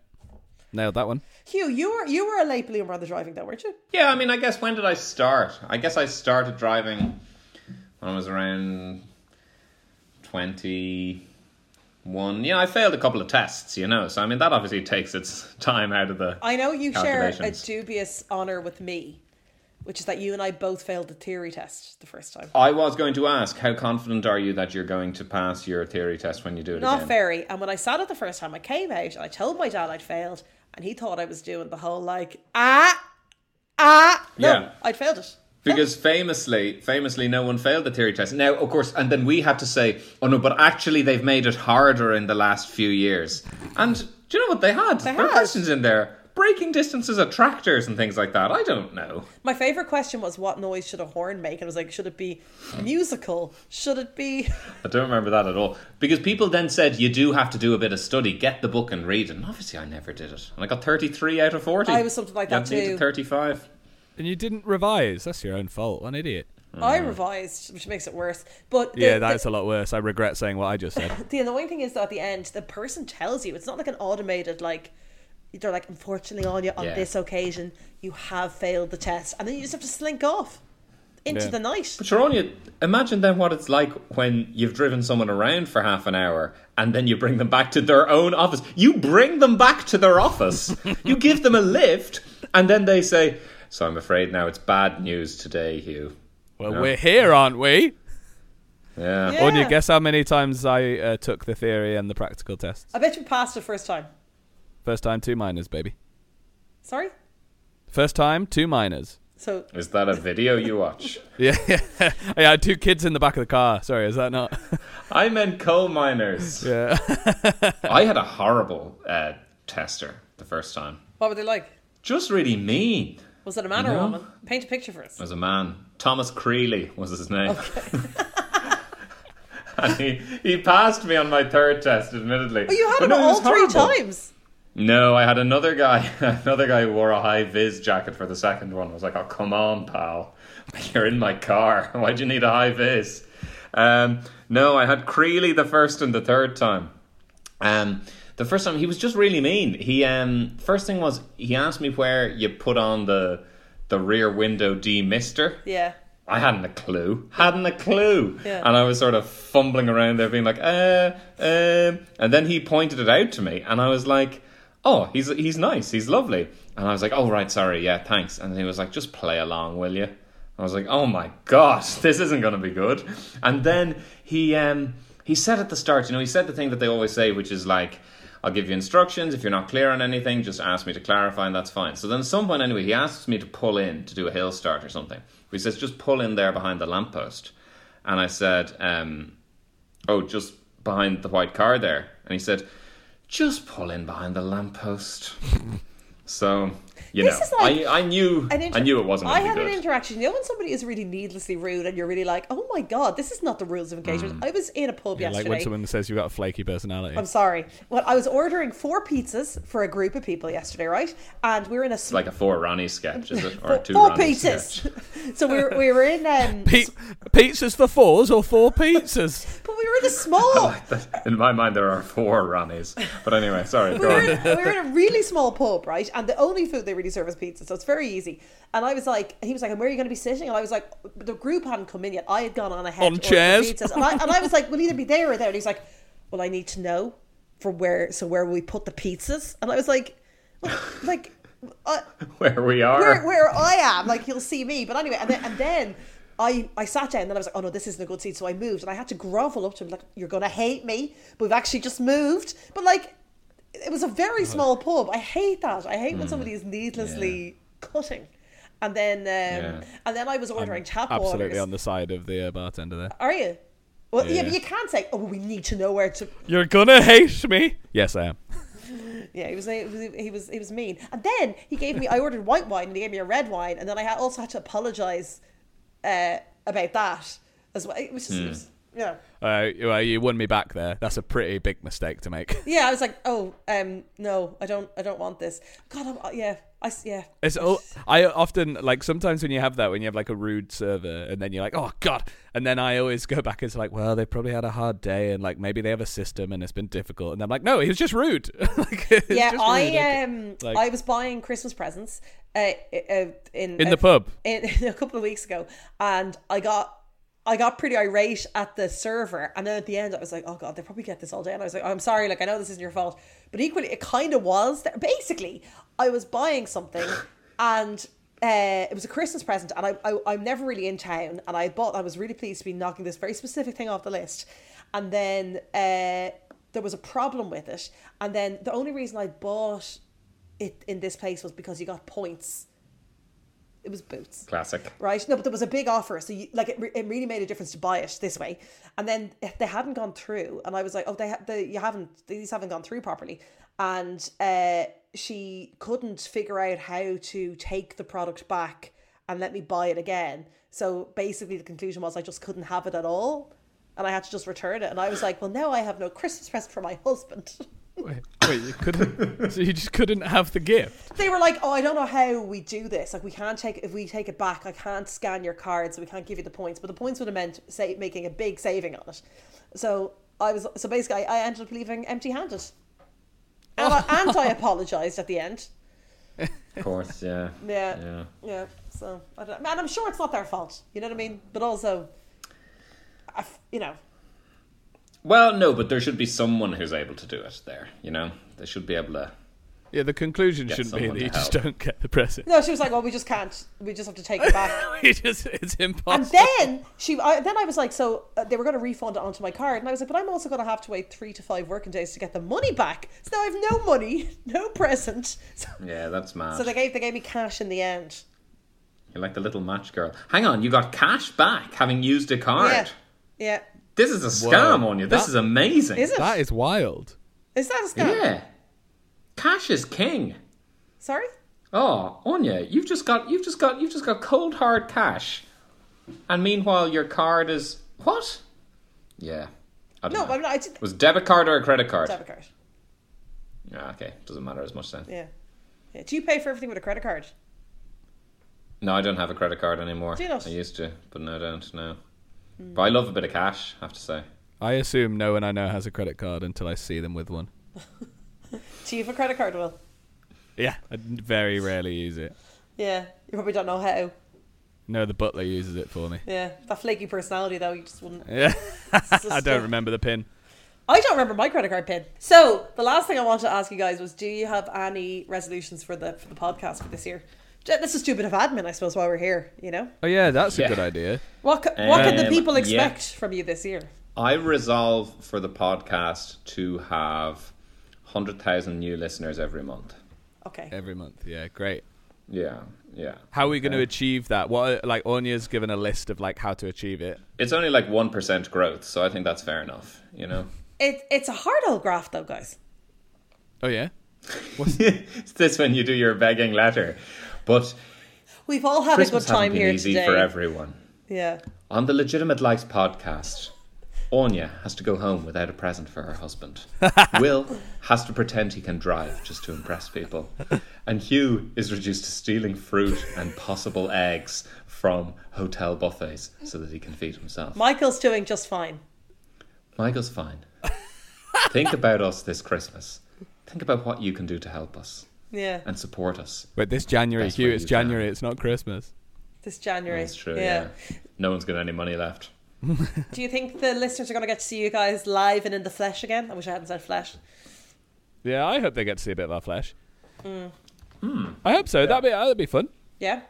[SPEAKER 4] nailed that one.
[SPEAKER 3] Hugh, you were you were a late bloomer on the driving though, weren't you?
[SPEAKER 2] Yeah, I mean, I guess when did I start? I guess I started driving when I was around 21. Yeah, I failed a couple of tests, you know. So, I mean, that obviously takes its time out of the.
[SPEAKER 3] I know you share a
[SPEAKER 2] calculations.
[SPEAKER 3] dubious honor with me, which is that you and I both failed the theory test the first time.
[SPEAKER 2] I was going to ask, how confident are you that you're going to pass your theory test when you do it
[SPEAKER 3] Not
[SPEAKER 2] again?
[SPEAKER 3] very. And when I sat it the first time, I came out and I told my dad I'd failed, and he thought I was doing the whole like ah ah. No,
[SPEAKER 2] Yeah.
[SPEAKER 3] I'd failed it.
[SPEAKER 2] Because famously, famously, no one failed the theory test. Now, of course, and then we had to say, "Oh no!" But actually, they've made it harder in the last few years. And do you know what they had? They there were
[SPEAKER 3] had.
[SPEAKER 2] questions in there, breaking distances at tractors and things like that. I don't know.
[SPEAKER 3] My favorite question was, "What noise should a horn make?" And I was like, "Should it be musical? Should it be?"
[SPEAKER 2] I don't remember that at all. Because people then said, "You do have to do a bit of study. Get the book and read." it." And obviously, I never did it. And I got thirty-three out of forty.
[SPEAKER 3] I was something like that
[SPEAKER 2] You needed
[SPEAKER 3] too.
[SPEAKER 2] Thirty-five.
[SPEAKER 4] And you didn't revise. That's your own fault. What an idiot.
[SPEAKER 3] I revised, which makes it worse. But the-
[SPEAKER 4] Yeah,
[SPEAKER 3] the-
[SPEAKER 4] that's a lot worse. I regret saying what I just said.
[SPEAKER 3] the annoying thing is though at the end the person tells you it's not like an automated like they're like unfortunately Anya on
[SPEAKER 2] Yeah.
[SPEAKER 3] this occasion you have failed the test and then you just have to slink off into
[SPEAKER 4] Yeah.
[SPEAKER 3] the night
[SPEAKER 2] But Sharonia, imagine then what it's like when you've driven someone around for half an hour and then you bring them back to their own office. You bring them back to their office. you give them a lift and then they say, "So I'm afraid now it's bad news today, Hugh."
[SPEAKER 4] Well,
[SPEAKER 2] Yeah.
[SPEAKER 4] we're here, aren't we?
[SPEAKER 2] Yeah.
[SPEAKER 3] Yeah.
[SPEAKER 4] Or do you guess how many times I uh, took the theory and the practical tests?
[SPEAKER 3] I bet you passed the first time
[SPEAKER 4] First time, two minors, baby.
[SPEAKER 3] sorry
[SPEAKER 4] First time, two minors.
[SPEAKER 3] so
[SPEAKER 2] Is that a video you watch?
[SPEAKER 4] Yeah, yeah. I had two kids in the back of the car. Sorry, is that not?
[SPEAKER 2] I meant coal miners.
[SPEAKER 4] Yeah.
[SPEAKER 2] I had a horrible uh, tester the first time.
[SPEAKER 3] what were they like
[SPEAKER 2] Just really mean.
[SPEAKER 3] was it a man or
[SPEAKER 2] No.
[SPEAKER 3] a woman paint a picture for us
[SPEAKER 2] was a man. Thomas Creeley was his name. and he, he passed me on my third test, admittedly.
[SPEAKER 3] but you had
[SPEAKER 2] But
[SPEAKER 3] it
[SPEAKER 2] no,
[SPEAKER 3] all
[SPEAKER 2] was
[SPEAKER 3] three
[SPEAKER 2] horrible.
[SPEAKER 3] times
[SPEAKER 2] No, I had another guy. Another guy who wore a high vis jacket for the second one. I was like, "Oh, come on, pal! You're in my car. Why do you need a high vis?" Um, no, I had Creeley the first and the third time. Um, the first time he was just really mean. He um, first thing was he asked me where you put on the the rear window demister.
[SPEAKER 3] yeah
[SPEAKER 2] I hadn't a clue. Hadn't a clue.
[SPEAKER 3] Yeah.
[SPEAKER 2] And I was sort of fumbling around there, being like, uh, um. And then he pointed it out to me, and I was like, oh, he's he's nice. He's lovely. And I was like, oh, right, sorry. Yeah, thanks. And he was like, just play along, will you? I was like, oh my gosh, this isn't going to be good. And then he, um, he said at the start, you know, he said the thing that they always say, which is like, I'll give you instructions. If you're not clear on anything, just ask me to clarify, and that's fine. So then, at some point, anyway, he asks me to pull in to do a hill start or something. He says, just pull in there behind the lamppost. And I said, um, oh, just behind the white car there. And he said, just pull in behind the lamppost. so, you
[SPEAKER 3] This
[SPEAKER 2] know,
[SPEAKER 3] is like
[SPEAKER 2] I, I knew
[SPEAKER 3] An inter-
[SPEAKER 2] I knew it wasn't
[SPEAKER 3] I
[SPEAKER 2] going to
[SPEAKER 3] had
[SPEAKER 2] be
[SPEAKER 3] an
[SPEAKER 2] good.
[SPEAKER 3] interaction. You know when somebody is really needlessly rude, and you're really like, "Oh my god, this is not the rules of engagement." I was in a pub yesterday.
[SPEAKER 4] like when someone says you've got a flaky personality.
[SPEAKER 3] I'm sorry. Well, I was ordering four pizzas for a group of people yesterday, right? And we were in a
[SPEAKER 2] like a four Ronnie sketch, is it? Or
[SPEAKER 3] four,
[SPEAKER 2] a two
[SPEAKER 3] four
[SPEAKER 2] Ronnie sketch.
[SPEAKER 3] pizzas. so we were, we were in, um,
[SPEAKER 4] Pi- pizzas for fours or four pizzas?
[SPEAKER 3] but we were in a small.
[SPEAKER 2] In my mind, there are four Ronnies. But anyway, sorry,
[SPEAKER 3] We
[SPEAKER 2] go
[SPEAKER 3] were,
[SPEAKER 2] on.
[SPEAKER 3] in, we were in a really small pub, right? And the only food they really serve is pizza, so it's very easy. And I was like, he was like, and where are you going to be sitting? And I was like, the group hadn't come in yet. I had gone on ahead.
[SPEAKER 4] On
[SPEAKER 3] to order
[SPEAKER 4] chairs?
[SPEAKER 3] Pizzas. And I, and I was like, we'll either be there or there. And he's like, well, I need to know for where, so where will we put the pizzas? And I was like, well, like, uh, I,
[SPEAKER 2] Where we are.
[SPEAKER 3] where, where I am, like you'll see me. But anyway, and then, and then I, I sat down and then I was like, oh no, this isn't a good seat. So I moved and I had to grovel up to him, like, you're going to hate me. But we've actually just moved. But like, it was a very small pub. I hate that. I
[SPEAKER 4] Hmm.
[SPEAKER 3] hate when somebody is needlessly cutting. And then, um,
[SPEAKER 2] Yeah.
[SPEAKER 3] and then I was ordering tap
[SPEAKER 4] Absolutely
[SPEAKER 3] waters.
[SPEAKER 4] on the side of the uh, bartender there.
[SPEAKER 3] Are you? Well, yeah.
[SPEAKER 4] Yeah.
[SPEAKER 3] but you can't say, oh, we need to know where to.
[SPEAKER 4] You're gonna hate me. Yes, I am.
[SPEAKER 3] Yeah, he was, he was he was he was mean. And then he gave me I ordered white wine and he gave me a red wine and then I ha- also had to apologize uh, about that as well. It was just it was- yeah.
[SPEAKER 4] Hmm. Uh, well, you won me back there. That's a pretty big mistake to make.
[SPEAKER 3] Yeah, I was like, "Oh, um no, I don't I don't want this." God, I'm, uh, yeah. I s- yeah.
[SPEAKER 4] It's all, I often like sometimes when you have that when you have like a rude server and then you're like oh god and then I always go back it's like well they probably had a hard day and like maybe they have a system and it's been difficult and I'm like no he was just rude like, it's
[SPEAKER 3] Yeah,
[SPEAKER 4] just rude.
[SPEAKER 3] I
[SPEAKER 4] Okay.
[SPEAKER 3] um
[SPEAKER 4] Like-
[SPEAKER 3] I was buying Christmas presents uh, uh in
[SPEAKER 4] in the pub
[SPEAKER 3] in, a couple of weeks ago, and I got I got pretty irate at the server, and then at the end I was like, oh god, they probably get this all day, and I was like, I'm sorry, like I know this isn't your fault, but equally it kind of was. There. Basically, I was buying something, and uh, it was a Christmas present, and I, I I'm never really in town, and I bought. I was really pleased to be knocking this very specific thing off the list, and then uh, there was a problem with it, and then the only reason I bought it in this place was because you got points. It was boots
[SPEAKER 2] Classic.
[SPEAKER 3] right? No, but there was a big offer, so you, like it, re- it really made a difference to buy it this way. And then if they hadn't gone through, and I was like, oh, they, ha- they you haven't these haven't gone through properly, and uh, she couldn't figure out how to take the product back and let me buy it again. So basically, the conclusion was I just couldn't have it at all. And I had to just return it, and I was like, "Well, now I have no Christmas present for my husband."
[SPEAKER 4] Wait, wait, you couldn't. so you just couldn't have the gift.
[SPEAKER 3] they were like, "Oh, I don't know how we do this. Like, we can't take if we take it back. I can't scan your card, so we can't give you the points. But the points would have meant say, making a big saving on it. So I was so basically, I, I ended up leaving empty-handed, and I, and I apologized at the end.
[SPEAKER 2] Of course, yeah.
[SPEAKER 3] Yeah,
[SPEAKER 2] Yeah.
[SPEAKER 3] yeah. So I don't, and I'm sure it's not their fault. You know what I mean? But also, I f you know,
[SPEAKER 2] Well, no, but there should be someone who's able to do it there, you know? They should be able to.
[SPEAKER 4] Yeah, the conclusion
[SPEAKER 2] Get
[SPEAKER 4] shouldn't be
[SPEAKER 2] someone
[SPEAKER 4] that you
[SPEAKER 2] to
[SPEAKER 4] just
[SPEAKER 2] help.
[SPEAKER 4] don't get the present.
[SPEAKER 3] no, she was like, "Well, we just can't. We just have to take it back."
[SPEAKER 4] it just, it's
[SPEAKER 3] And
[SPEAKER 4] impossible.
[SPEAKER 3] then she, I, then I was like, so uh, they were going to refund it onto my card, and I was like, but I'm also going to have to wait three to five working days to get the money back. So now I have no money, no present. So,
[SPEAKER 2] Yeah, that's mad.
[SPEAKER 3] so they gave they gave me cash in the end.
[SPEAKER 2] You're like the little match girl. Hang on, you got cash back having used a card.
[SPEAKER 3] Yeah, yeah.
[SPEAKER 2] This is a scam
[SPEAKER 4] Whoa.
[SPEAKER 2] on you. This
[SPEAKER 4] That-
[SPEAKER 2] is amazing.
[SPEAKER 3] Is it?
[SPEAKER 4] that is wild.
[SPEAKER 3] Is that a scam?
[SPEAKER 2] Yeah. Cash is king.
[SPEAKER 3] Sorry.
[SPEAKER 2] Oh, Anya, you've just got you've just got you've just got cold hard cash. And meanwhile your card is what? Yeah. I don't
[SPEAKER 3] No,
[SPEAKER 2] know.
[SPEAKER 3] I'm not. I did
[SPEAKER 2] Was debit card or a credit card?
[SPEAKER 3] debit card.
[SPEAKER 2] Ah, okay. Doesn't matter as much then.
[SPEAKER 3] Yeah. yeah. Do you pay for everything with a credit card?
[SPEAKER 2] No, I don't have a credit card anymore.
[SPEAKER 3] Do you not? Hmm.
[SPEAKER 2] I used to, but no I don't, no. But I love a bit of cash, I have to say.
[SPEAKER 4] I assume no one I know has a credit card until I see them with one.
[SPEAKER 3] Do you have a credit card, Will?
[SPEAKER 4] Yeah, I very rarely use it.
[SPEAKER 3] Yeah. You probably don't know how.
[SPEAKER 4] No, the butler uses it for me.
[SPEAKER 3] Yeah. That flaky personality though, you just wouldn't.
[SPEAKER 4] Yeah,
[SPEAKER 3] it's just
[SPEAKER 4] I
[SPEAKER 3] stuff.
[SPEAKER 4] don't remember the pin.
[SPEAKER 3] I don't remember my credit card pin. So the last thing I wanted to ask you guys was, do you have any resolutions for the for the podcast for this year? J- This is too bit of admin, I suppose, while we're here. You know,
[SPEAKER 4] Oh yeah, that's
[SPEAKER 2] Yeah.
[SPEAKER 4] a good idea.
[SPEAKER 3] what c- what can the
[SPEAKER 2] Um,
[SPEAKER 3] people
[SPEAKER 2] yeah.
[SPEAKER 3] expect from you this year?
[SPEAKER 2] I resolve for the podcast to have 100,000 new listeners every month.
[SPEAKER 3] Okay,
[SPEAKER 4] Every month. Yeah, great.
[SPEAKER 2] Yeah, yeah.
[SPEAKER 4] How are we going to achieve that? What are- like Anya's given a list of like how to achieve it.
[SPEAKER 2] It's only like 1% growth, so I think that's fair enough, you know?
[SPEAKER 3] it it's a hard old graph though, guys.
[SPEAKER 4] Oh yeah.
[SPEAKER 2] it's this when you do your begging letter. But
[SPEAKER 3] We've all had
[SPEAKER 2] Christmas
[SPEAKER 3] a good time
[SPEAKER 2] hasn't been
[SPEAKER 3] here
[SPEAKER 2] easy
[SPEAKER 3] today.
[SPEAKER 2] for everyone.
[SPEAKER 3] Yeah,
[SPEAKER 2] On the Legitimate Likes podcast, Anya has to go home without a present for her husband. Will has to pretend he can drive just to impress people. And Hugh is reduced to stealing fruit and possible eggs from hotel buffets so that he can feed himself.
[SPEAKER 3] Michael's doing just fine.
[SPEAKER 2] Michael's fine. Think about us this Christmas. Think about what you can do to help us
[SPEAKER 3] Yeah,
[SPEAKER 2] and support us.
[SPEAKER 4] Wait, this January,
[SPEAKER 2] Best
[SPEAKER 4] Hugh.
[SPEAKER 2] way
[SPEAKER 4] It's
[SPEAKER 2] you can.
[SPEAKER 4] January. It's not Christmas.
[SPEAKER 3] this January.
[SPEAKER 2] That's true, yeah. No one's got any money left.
[SPEAKER 3] Do you think the listeners are going to get to see you guys live and in the flesh again? I wish I hadn't said flesh.
[SPEAKER 4] Yeah, I hope they get to see a bit of our flesh. I hope so. That'd be that'd be fun.
[SPEAKER 3] Mm. Yeah.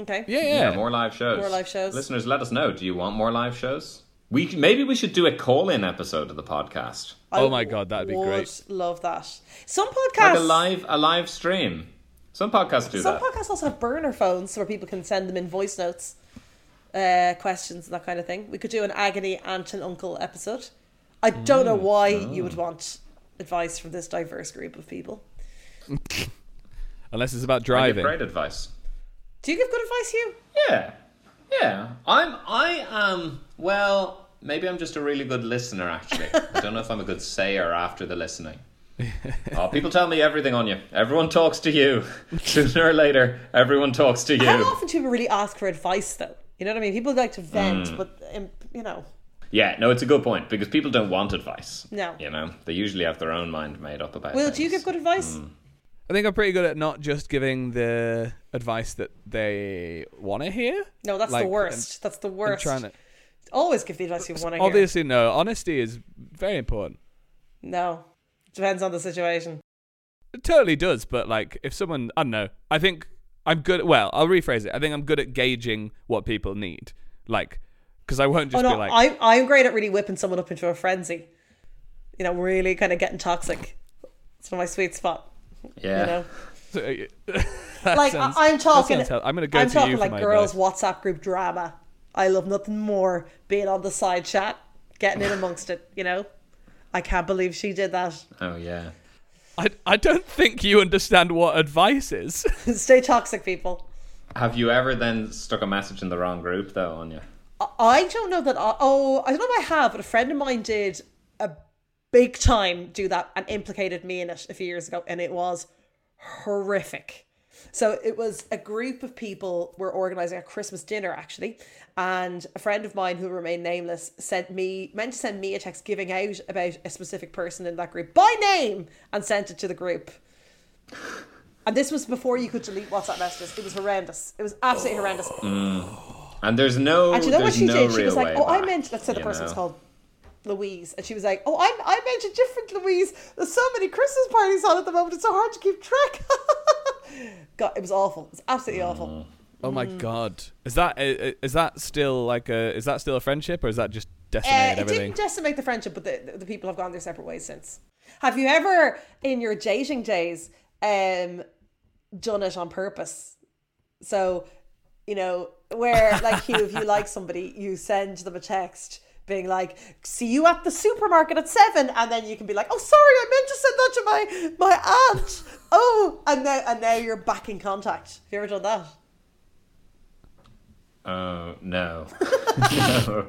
[SPEAKER 3] Okay.
[SPEAKER 4] Yeah,
[SPEAKER 2] Yeah,
[SPEAKER 4] yeah.
[SPEAKER 2] more live shows.
[SPEAKER 3] More live shows.
[SPEAKER 2] Listeners, let us know. Do you want more live shows? We maybe we should do a call-in episode of the podcast,
[SPEAKER 4] Oh my God, that'd be
[SPEAKER 3] would
[SPEAKER 4] great.
[SPEAKER 3] Love that. Some
[SPEAKER 2] like
[SPEAKER 3] podcasts,
[SPEAKER 2] a live a live stream. Some podcasts do
[SPEAKER 3] some
[SPEAKER 2] that.
[SPEAKER 3] podcasts also have burner phones where people can send them in voice notes, uh, questions and that kind of thing. We could do an agony aunt and uncle episode. I don't know why you would want advice from this diverse group of people.
[SPEAKER 4] Unless it's about
[SPEAKER 2] I give
[SPEAKER 4] driving.
[SPEAKER 2] great advice.
[SPEAKER 3] Do you give good advice, Hugh?
[SPEAKER 2] Yeah, yeah. I'm I am well. Maybe I'm just a really good listener. Actually, I don't know if I'm a good sayer after the listening. oh, people tell me everything on you. Everyone talks to you. Sooner or later, everyone talks to
[SPEAKER 3] How
[SPEAKER 2] you.
[SPEAKER 3] often do people really ask for advice, though? You know what I mean? People like to vent, but um, you know,
[SPEAKER 2] Yeah, no, it's a good point because people don't want advice.
[SPEAKER 3] No.
[SPEAKER 2] you know, they usually have their own mind made up about.
[SPEAKER 3] Will,
[SPEAKER 2] things. Mm,
[SPEAKER 3] do you give good advice?
[SPEAKER 4] I think I'm pretty good at not just giving the advice that they want to hear.
[SPEAKER 3] No, that's
[SPEAKER 4] Like,
[SPEAKER 3] the worst. That's the
[SPEAKER 4] I'm
[SPEAKER 3] worst.
[SPEAKER 4] trying to-
[SPEAKER 3] Always give the advice you want to hear.
[SPEAKER 4] Obviously, no. Honesty is very important.
[SPEAKER 3] No, depends on the situation.
[SPEAKER 4] It totally does, but like if someone, I don't know, I think I'm good. Well, I'll rephrase it. I think I'm good at gauging what people need, like, because I won't just
[SPEAKER 3] oh
[SPEAKER 4] be
[SPEAKER 3] no,
[SPEAKER 4] like,
[SPEAKER 3] I'm I'm great at really whipping someone up into a frenzy. You know, really kind of getting toxic. It's one of my sweet spot.
[SPEAKER 2] Yeah.
[SPEAKER 3] You know,
[SPEAKER 4] That
[SPEAKER 3] like
[SPEAKER 4] sounds-
[SPEAKER 3] I, am
[SPEAKER 4] that
[SPEAKER 3] talking.
[SPEAKER 4] sounds hell- I'm gonna go
[SPEAKER 3] I'm
[SPEAKER 4] to
[SPEAKER 3] talking
[SPEAKER 4] you for
[SPEAKER 3] like
[SPEAKER 4] my
[SPEAKER 3] girls'
[SPEAKER 4] advice.
[SPEAKER 3] WhatsApp group drama. I love nothing more being on the side chat, getting in amongst it. You know, I can't believe she did that.
[SPEAKER 2] Oh yeah.
[SPEAKER 4] I, I don't think you understand what advice is.
[SPEAKER 3] Stay toxic, people.
[SPEAKER 2] Have you ever then stuck a message in the wrong group though, Anya?
[SPEAKER 3] I don't know that. I, oh, I don't know if I have, but a friend of mine did a big time do that and implicated me in it a few years ago, and it was horrific. So it was a group of people were organizing a Christmas dinner actually, and a friend of mine who remained nameless sent me meant to send me a text giving out about a specific person in that group by name and sent it to the group. And this was before you could delete WhatsApp messages. It was horrendous. It was absolutely
[SPEAKER 4] Oh.
[SPEAKER 3] horrendous.
[SPEAKER 2] And there's no.
[SPEAKER 3] And do you know what
[SPEAKER 2] there's
[SPEAKER 3] she
[SPEAKER 2] no
[SPEAKER 3] did? She
[SPEAKER 2] real
[SPEAKER 3] was like,
[SPEAKER 2] way
[SPEAKER 3] "Oh, I
[SPEAKER 2] back,
[SPEAKER 3] meant." Let's say the
[SPEAKER 2] you
[SPEAKER 3] person was
[SPEAKER 2] know?
[SPEAKER 3] called Louise, and she was like, "Oh, I, I meant a different Louise. There's so many Christmas parties on at the moment. It's so hard to keep track." God, it was awful. It's absolutely
[SPEAKER 2] Mm.
[SPEAKER 3] awful. Mm.
[SPEAKER 4] Oh my god, is that is is that still like a is that still a friendship or is that just
[SPEAKER 3] Uh,
[SPEAKER 4] decimated
[SPEAKER 3] it
[SPEAKER 4] everything?
[SPEAKER 3] didn't decimate the friendship, but the, the people have gone their separate ways since. Have you ever, in your dating days, um, done it on purpose? So, you know, where like you, if you like somebody, you send them a text being like, "See you at the supermarket at seven. and then you can be like, "Oh, sorry, I meant to send that to my my aunt." Oh, and now and now you're back in contact. Have you ever done that?
[SPEAKER 2] Oh no. no.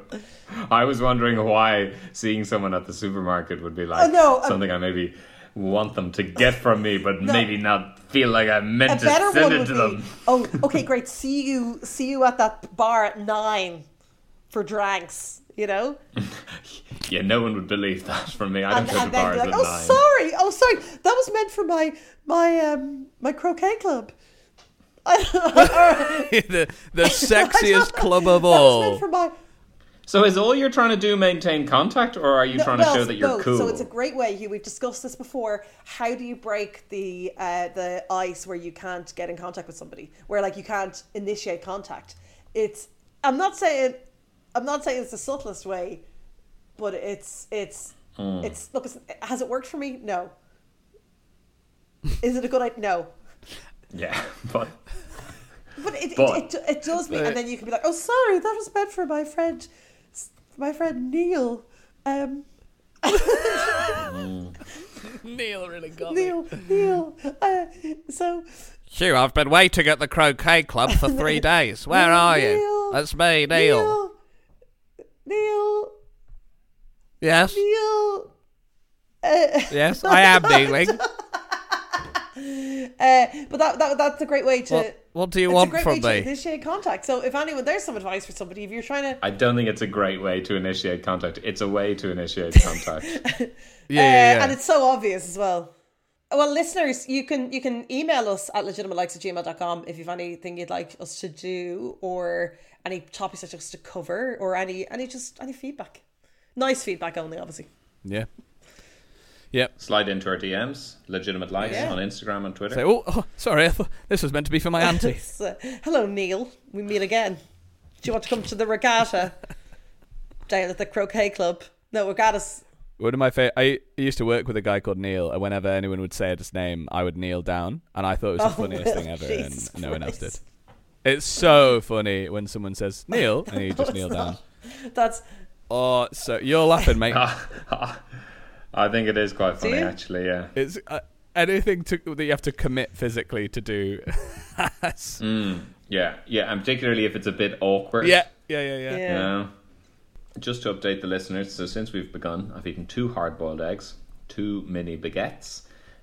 [SPEAKER 2] I was wondering why seeing someone at the supermarket would be like
[SPEAKER 3] Oh, no, um,
[SPEAKER 2] something I maybe want them to get from me, but maybe not feel like I
[SPEAKER 3] a
[SPEAKER 2] meant to
[SPEAKER 3] better
[SPEAKER 2] send
[SPEAKER 3] one
[SPEAKER 2] it
[SPEAKER 3] would
[SPEAKER 2] to
[SPEAKER 3] be,
[SPEAKER 2] them.
[SPEAKER 3] oh, okay, great. See you, see you at that bar at nine for drinks. You know,
[SPEAKER 2] Yeah, no one would believe that from me. I don't
[SPEAKER 3] and,
[SPEAKER 2] go to
[SPEAKER 3] and then
[SPEAKER 2] bars
[SPEAKER 3] be
[SPEAKER 2] at
[SPEAKER 3] like,
[SPEAKER 2] nine.
[SPEAKER 3] oh, sorry, oh, sorry, that was meant for my my um my croquet club. that
[SPEAKER 4] the the sexiest club of all.
[SPEAKER 3] was meant for my
[SPEAKER 2] So is all you're trying to do maintain contact, or are you
[SPEAKER 3] No,
[SPEAKER 2] trying to
[SPEAKER 3] well,
[SPEAKER 2] show that you're
[SPEAKER 3] both.
[SPEAKER 2] cool?
[SPEAKER 3] So it's a great way. You, we've discussed this before. How do you break the uh, the ice where you can't get in contact with somebody, where like you can't initiate contact? It's I'm not saying I'm not saying it's the subtlest way, but it's it's
[SPEAKER 4] Mm.
[SPEAKER 3] it's look. It's, has it worked for me? No. Is it a good idea? No.
[SPEAKER 2] yeah, but
[SPEAKER 3] But it,
[SPEAKER 2] But-
[SPEAKER 3] it, it, it does me, and then you can be like, "Oh, sorry, that was meant for my friend, my friend Neil." Um,
[SPEAKER 4] Neil really got
[SPEAKER 3] Neil, Neil. Uh, so,
[SPEAKER 4] Hugh, I've been waiting at the croquet club for three days. Where are you?
[SPEAKER 3] Neil,
[SPEAKER 4] That's me, Neil.
[SPEAKER 3] Neil, Neil,
[SPEAKER 4] Yes,
[SPEAKER 3] Neil. Uh,
[SPEAKER 4] yes, I am kneeling.
[SPEAKER 3] uh, but that, that that's a great way to.
[SPEAKER 4] What- what do you
[SPEAKER 3] it's
[SPEAKER 4] want
[SPEAKER 3] a great
[SPEAKER 4] from
[SPEAKER 3] way
[SPEAKER 4] me?
[SPEAKER 3] To initiate contact. So, if anyone, there's some advice for somebody. If you're trying to,
[SPEAKER 2] I don't think it's a great way to initiate contact. It's a way to initiate contact.
[SPEAKER 4] Yeah,
[SPEAKER 3] uh,
[SPEAKER 4] yeah, yeah.
[SPEAKER 3] and it's so obvious as well. Well, listeners, you can you can email us at legitimatelikes at gmail.com if you've anything you'd like us to do or any topics that us to cover or any any just any feedback. Nice feedback only, obviously.
[SPEAKER 4] yeah. Yep.
[SPEAKER 2] Slide into our DMs, legitimate likes
[SPEAKER 3] Yeah.
[SPEAKER 2] on Instagram and Twitter.
[SPEAKER 4] Say, oh, oh, sorry, I thought this was meant to be for my auntie.
[SPEAKER 3] So, uh, hello, Neil. We meet again. Do you want to come to the regatta down at the croquet club? No, regattas.
[SPEAKER 4] One of my favorite. I used to work with a guy called Neil, and whenever anyone would say his name, I would kneel down, and I thought it was the
[SPEAKER 3] Oh,
[SPEAKER 4] funniest
[SPEAKER 3] well,
[SPEAKER 4] thing ever,
[SPEAKER 3] Jesus
[SPEAKER 4] and no one else did.
[SPEAKER 3] Christ.
[SPEAKER 4] It's so funny when someone says Neil, and you just
[SPEAKER 3] it's
[SPEAKER 4] kneel down.
[SPEAKER 3] not. That's
[SPEAKER 4] Oh, so you're laughing, mate.
[SPEAKER 2] I think it is quite funny,
[SPEAKER 3] you?
[SPEAKER 2] actually. Yeah.
[SPEAKER 4] It's uh, anything to, that you have to commit physically to do. That's-
[SPEAKER 2] Yeah, yeah, and particularly if it's a bit awkward.
[SPEAKER 4] yeah, yeah, yeah, yeah.
[SPEAKER 2] You
[SPEAKER 3] yeah.
[SPEAKER 2] know? Just to update the listeners, so since we've begun, I've eaten two hard boiled eggs, two mini baguettes,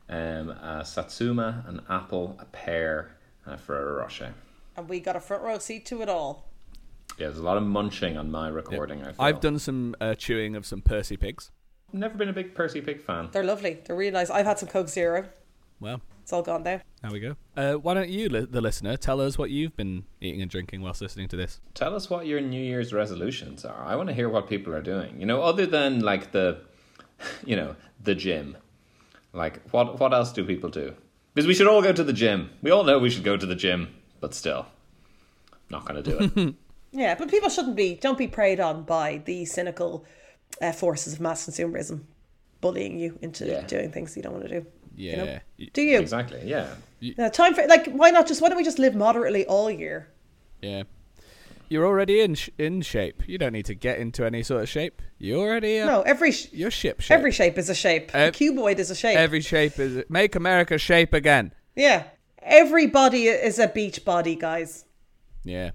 [SPEAKER 2] um, a satsuma, an apple, a pear, and a Ferrero Rocher.
[SPEAKER 3] And we got a front row seat to it all.
[SPEAKER 2] Yeah, there's a lot of munching on my recording. I feel.
[SPEAKER 4] I've done some uh, chewing of some Percy pigs.
[SPEAKER 2] never been a big Percy Pig fan.
[SPEAKER 3] They're lovely. They're really nice. I've had some Coke Zero.
[SPEAKER 4] Well,
[SPEAKER 3] It's all gone there.
[SPEAKER 4] there we go. Uh, why don't you, li- the listener, tell us what you've been eating and drinking whilst listening to this?
[SPEAKER 2] Tell us what your New Year's resolutions are. I want to hear what people are doing. You know, other than like the, you know, the gym. Like, what what else do people do? Because we should all go to the gym. We all know we should go to the gym. but still, not going to do it.
[SPEAKER 3] Yeah, but people shouldn't be, don't be preyed on by the cynical uh, forces of mass consumerism bullying you into
[SPEAKER 2] Yeah.
[SPEAKER 3] doing things you don't want to do.
[SPEAKER 4] Yeah.
[SPEAKER 3] Do you?
[SPEAKER 2] exactly. Yeah.
[SPEAKER 3] Now, time for, like, why not just, why don't we just live moderately all year?
[SPEAKER 4] Yeah. You're already in sh- in shape. You don't need to get into any sort of shape. You already are.
[SPEAKER 3] No, every, sh-
[SPEAKER 4] You're ship shape.
[SPEAKER 3] every shape is a shape.
[SPEAKER 4] Ev-
[SPEAKER 3] a cuboid is a shape.
[SPEAKER 4] Every shape is make America shape again.
[SPEAKER 3] yeah. Every body is a beach body, guys.
[SPEAKER 4] Yeah.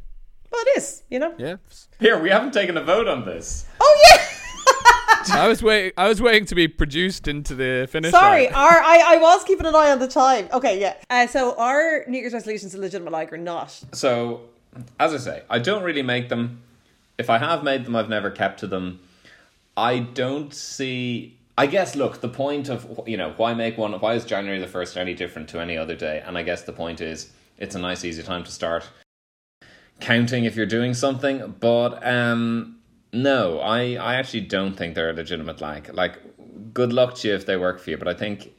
[SPEAKER 3] Well, it is, you know?
[SPEAKER 4] Yeah.
[SPEAKER 2] Here, we haven't taken a vote on this.
[SPEAKER 3] Oh, yeah!
[SPEAKER 4] I was waiting. I was waiting to be produced into the finish.
[SPEAKER 3] Sorry,
[SPEAKER 4] line.
[SPEAKER 3] our, I, I was keeping an eye on the time. Okay, yeah. Uh, so, are New Year's resolutions a legitimate like or not?
[SPEAKER 2] So, as I say, I don't really make them. If I have made them, I've never kept to them. I don't see. I guess, look, the point of, you know, why make one? Why is January the 1st any different to any other day? And I guess the point is, it's a nice, easy time to start counting if you're doing something. But, um, no, I, I actually don't think they're a legitimate like. Like, good luck to you if they work for you. But I think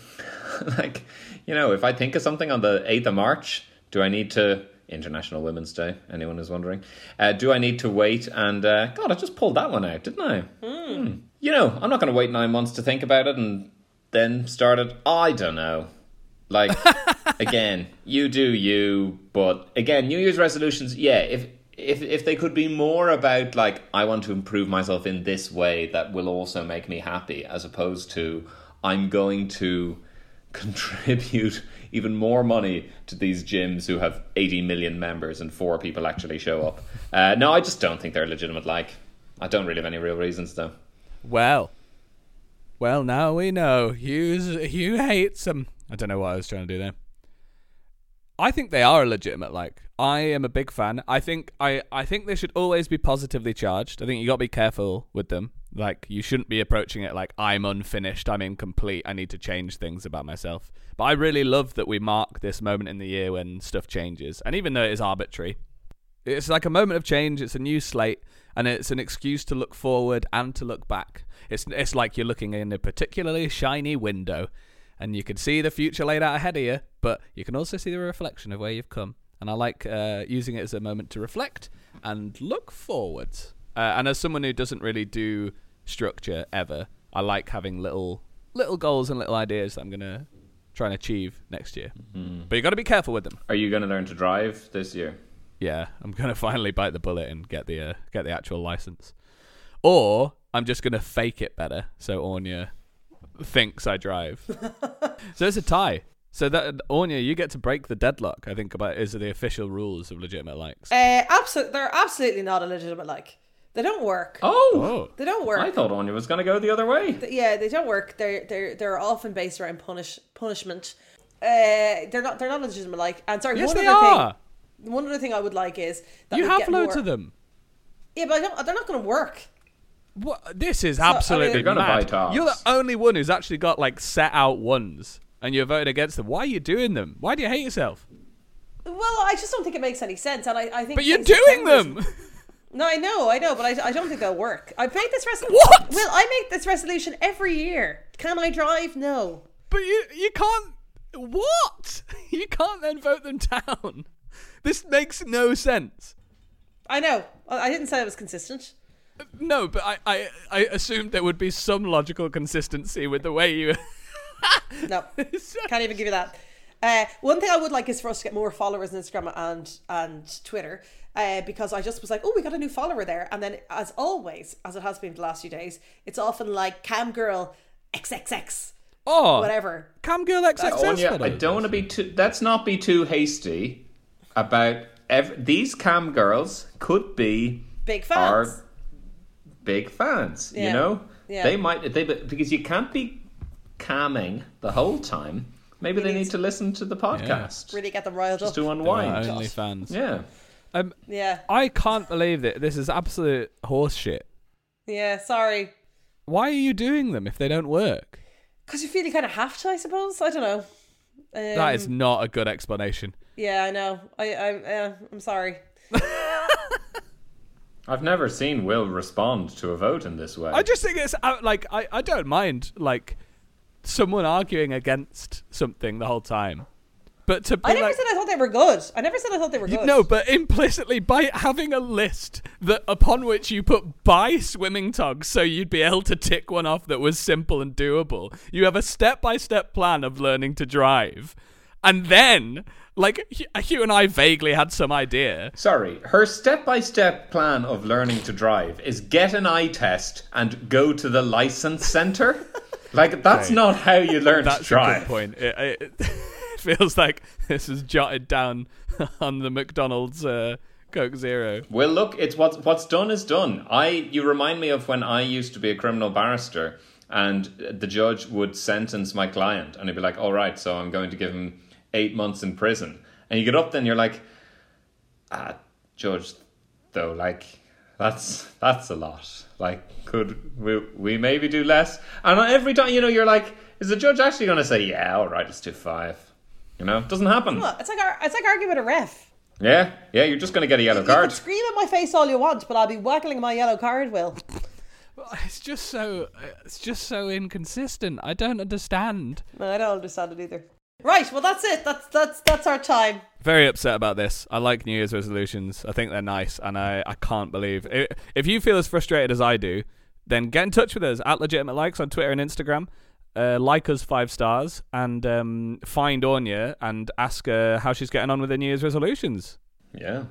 [SPEAKER 2] like you know if i think of something on the 8th of march do i need to international women's day anyone who's wondering uh, do i need to wait and uh, god i just pulled that one out didn't i Hmm. you know i'm not going to wait nine months to think about it and then start it i don't know like again you do you but again new year's resolutions yeah if if if they could be more about like i want to improve myself in this way that will also make me happy as opposed to i'm going to contribute even more money to these gyms who have 80 million members and four people actually show up uh, no i just don't think they're legitimate like i don't really have any real reasons though
[SPEAKER 4] Well. Well, now we know. Hughes, Hugh hates them. I don't know what I was trying to do there. I think they are legitimate. Like I am a big fan. I think I, I think they should always be positively charged. I think you got to be careful with them. Like you shouldn't be approaching it like I'm unfinished, I'm incomplete, I need to change things about myself. But I really love that we mark this moment in the year when stuff changes. And even though it is arbitrary, it's like a moment of change. It's a new slate, and it's an excuse to look forward and to look back. It's it's like you're looking in a particularly shiny window, and you can see the future laid out ahead of you, but you can also see the reflection of where you've come. And I like uh, using it as a moment to reflect and look forward. Uh, and as someone who doesn't really do structure ever, I like having little little goals and little ideas that I'm gonna try and achieve next year. But you got to be careful with them.
[SPEAKER 2] are you going to learn to drive this year
[SPEAKER 4] Yeah, I'm gonna finally bite the bullet and get the uh, get the actual license, or I'm just gonna fake it better so Ornya thinks I drive. so it's a tie. So that Ornya, you get to break the deadlock. I think about is the official rules of legitimate likes.
[SPEAKER 3] Uh, absolutely, they're absolutely not a legitimate like. They don't work.
[SPEAKER 2] oh,
[SPEAKER 3] They don't work.
[SPEAKER 2] i thought Anya was going to go the other way
[SPEAKER 3] Th- yeah, they don't work. They're they're they're often based around punish punishment. Uh, they're not they're not legitimate like. And sorry,
[SPEAKER 4] yes,
[SPEAKER 3] one
[SPEAKER 4] they
[SPEAKER 3] other
[SPEAKER 4] are.
[SPEAKER 3] thing. One other thing I would like is that
[SPEAKER 4] You
[SPEAKER 3] we
[SPEAKER 4] have
[SPEAKER 3] get
[SPEAKER 4] loads
[SPEAKER 3] more-
[SPEAKER 4] of them.
[SPEAKER 3] Yeah, but I don't, they're not going to work.
[SPEAKER 4] What? This is
[SPEAKER 3] mean-
[SPEAKER 4] absolutely
[SPEAKER 3] You're
[SPEAKER 2] gonna
[SPEAKER 4] mad.
[SPEAKER 2] bite ours.
[SPEAKER 4] You're the only one who's actually got like set out ones, and you're voting against them. Why are you doing them? Why do you hate yourself?
[SPEAKER 3] Well, I just don't think it makes any sense, and I, I think.
[SPEAKER 4] But you're
[SPEAKER 3] things
[SPEAKER 4] doing
[SPEAKER 3] like
[SPEAKER 4] them.
[SPEAKER 3] terrorism- No, I know, I know, but I, I don't think they'll work. I make this resolution.
[SPEAKER 4] What?
[SPEAKER 3] Well, I make this resolution every year. Can I drive? No.
[SPEAKER 4] But you you can't what? You can't then vote them down. This makes no sense.
[SPEAKER 3] I know. I I didn't say it was consistent.
[SPEAKER 4] No, but I, I, I assumed there would be some logical consistency with the way you
[SPEAKER 3] No, can't even give you that. Uh, one thing I would like is for us to get more followers on Instagram and and Twitter, uh, because I just was like, oh, we got a new follower there, and then uh, as always, as it has been the last few days, it's often like cam girl xxx
[SPEAKER 4] Oh
[SPEAKER 3] whatever.
[SPEAKER 4] Cam Girl XXS
[SPEAKER 2] Anya, I
[SPEAKER 4] photos.
[SPEAKER 2] don't want to be too. Let's not be too hasty about ev- these cam girls. Could be
[SPEAKER 3] Big
[SPEAKER 2] our
[SPEAKER 3] fans.
[SPEAKER 2] big fans.
[SPEAKER 3] Yeah.
[SPEAKER 2] You know,
[SPEAKER 3] Yeah.
[SPEAKER 2] they might they because you can't be camming the whole time. Maybe they need to listen to the podcast
[SPEAKER 3] Really get them riled
[SPEAKER 2] just
[SPEAKER 3] up.
[SPEAKER 2] to
[SPEAKER 4] They're our
[SPEAKER 2] unwind.
[SPEAKER 4] only fans.
[SPEAKER 2] Yeah,
[SPEAKER 4] Um,
[SPEAKER 3] Yeah,
[SPEAKER 4] I can't believe that this is absolute horse shit.
[SPEAKER 3] yeah. Sorry,
[SPEAKER 4] Why are you doing them if they don't work?
[SPEAKER 3] because you feel you kind of have to, I suppose. I don't know. Um,
[SPEAKER 4] that is not a good explanation.
[SPEAKER 3] Yeah, I know. I, I, uh, I'm sorry.
[SPEAKER 2] I've never seen Will respond to a vote in this way.
[SPEAKER 4] I just think it's uh, like I, I don't mind like someone arguing against something the whole time, But to be
[SPEAKER 3] I never
[SPEAKER 4] like,
[SPEAKER 3] said I thought they were good. I never said I thought they were
[SPEAKER 4] You-
[SPEAKER 3] good.
[SPEAKER 4] No, but implicitly by having a list that upon which you put by swimming togs, so you'd be able to tick one off that was simple and doable. You have a step-by-step plan of learning to drive, and then like H- Hugh and I vaguely had some idea.
[SPEAKER 2] Sorry, her step by step plan of learning to drive is get an eye test and go to the license center. Like, that's not how you learn to
[SPEAKER 4] That's a
[SPEAKER 2] drive.
[SPEAKER 4] good point. It, it, it feels like this is jotted down on the McDonald's uh, Coke Zero.
[SPEAKER 2] Well, look, it's what's what's done is done. I you remind me of when I used to be a criminal barrister, and the judge would sentence my client, and he'd be like, "All right, so I'm going to give him eight months in prison." And you get up, then you're like, "Ah, judge, though, like that's that's a lot. Like, could we we maybe do less?" And every time, you know, you're like, "Is the judge actually going to say, yeah, all right, let's do five? You know, it doesn't happen.
[SPEAKER 3] Look, it's like ar- it's like arguing with a ref.
[SPEAKER 2] Yeah, yeah, you're just going to get a yellow
[SPEAKER 3] You
[SPEAKER 2] card.
[SPEAKER 3] can scream at my face all you want, but I'll be waggling my yellow card. Will
[SPEAKER 4] It's just so it's just so inconsistent. I don't understand.
[SPEAKER 3] no, I don't understand it either. Right. Well, that's it. That's that's that's our time.
[SPEAKER 4] very upset about this. I like New Year's resolutions. I think they're nice, and I, I can't believe i if you feel as frustrated as I do, then get in touch with us at legitimate likes on Twitter and Instagram. Uh, like us five stars and um, find Anya and ask her how she's getting on with her New Year's resolutions.
[SPEAKER 2] Yeah.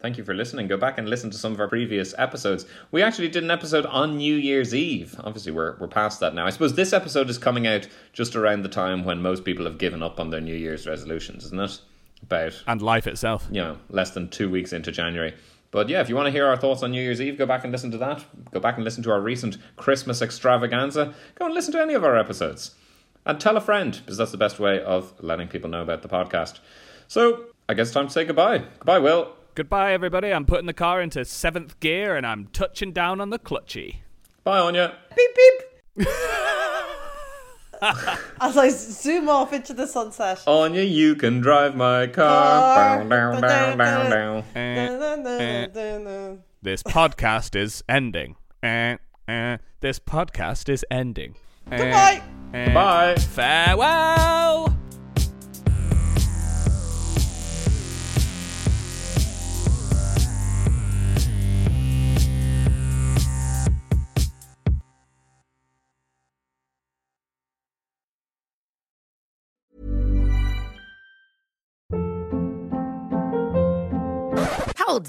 [SPEAKER 2] Thank you for listening. Go back and listen to some of our previous episodes. We actually did an episode on New Year's Eve. Obviously, we're, we're past that now. I suppose this episode is coming out just around the time when most people have given up on their New Year's resolutions, isn't it? About,
[SPEAKER 4] And life itself.
[SPEAKER 2] you know, less than two weeks into January. But yeah, if you want to hear our thoughts on New Year's Eve, go back and listen to that. Go back and listen to our recent Christmas extravaganza. Go and listen to any of our episodes. And tell a friend, because that's the best way of letting people know about the podcast. So, I guess it's time to say goodbye. Goodbye, Will.
[SPEAKER 4] Goodbye, everybody. I'm putting the car into seventh gear and I'm touching down on the clutchy.
[SPEAKER 2] Bye, Anya.
[SPEAKER 3] Beep beep. As I zoom off into the sunset.
[SPEAKER 2] Anya, you can drive my car. Bow, down, down, down, down.
[SPEAKER 4] Eh, This podcast is ending. Eh, eh. This podcast is ending. Eh,
[SPEAKER 3] Goodbye.
[SPEAKER 4] eh.
[SPEAKER 2] Bye.
[SPEAKER 4] Farewell.
[SPEAKER 6] Hold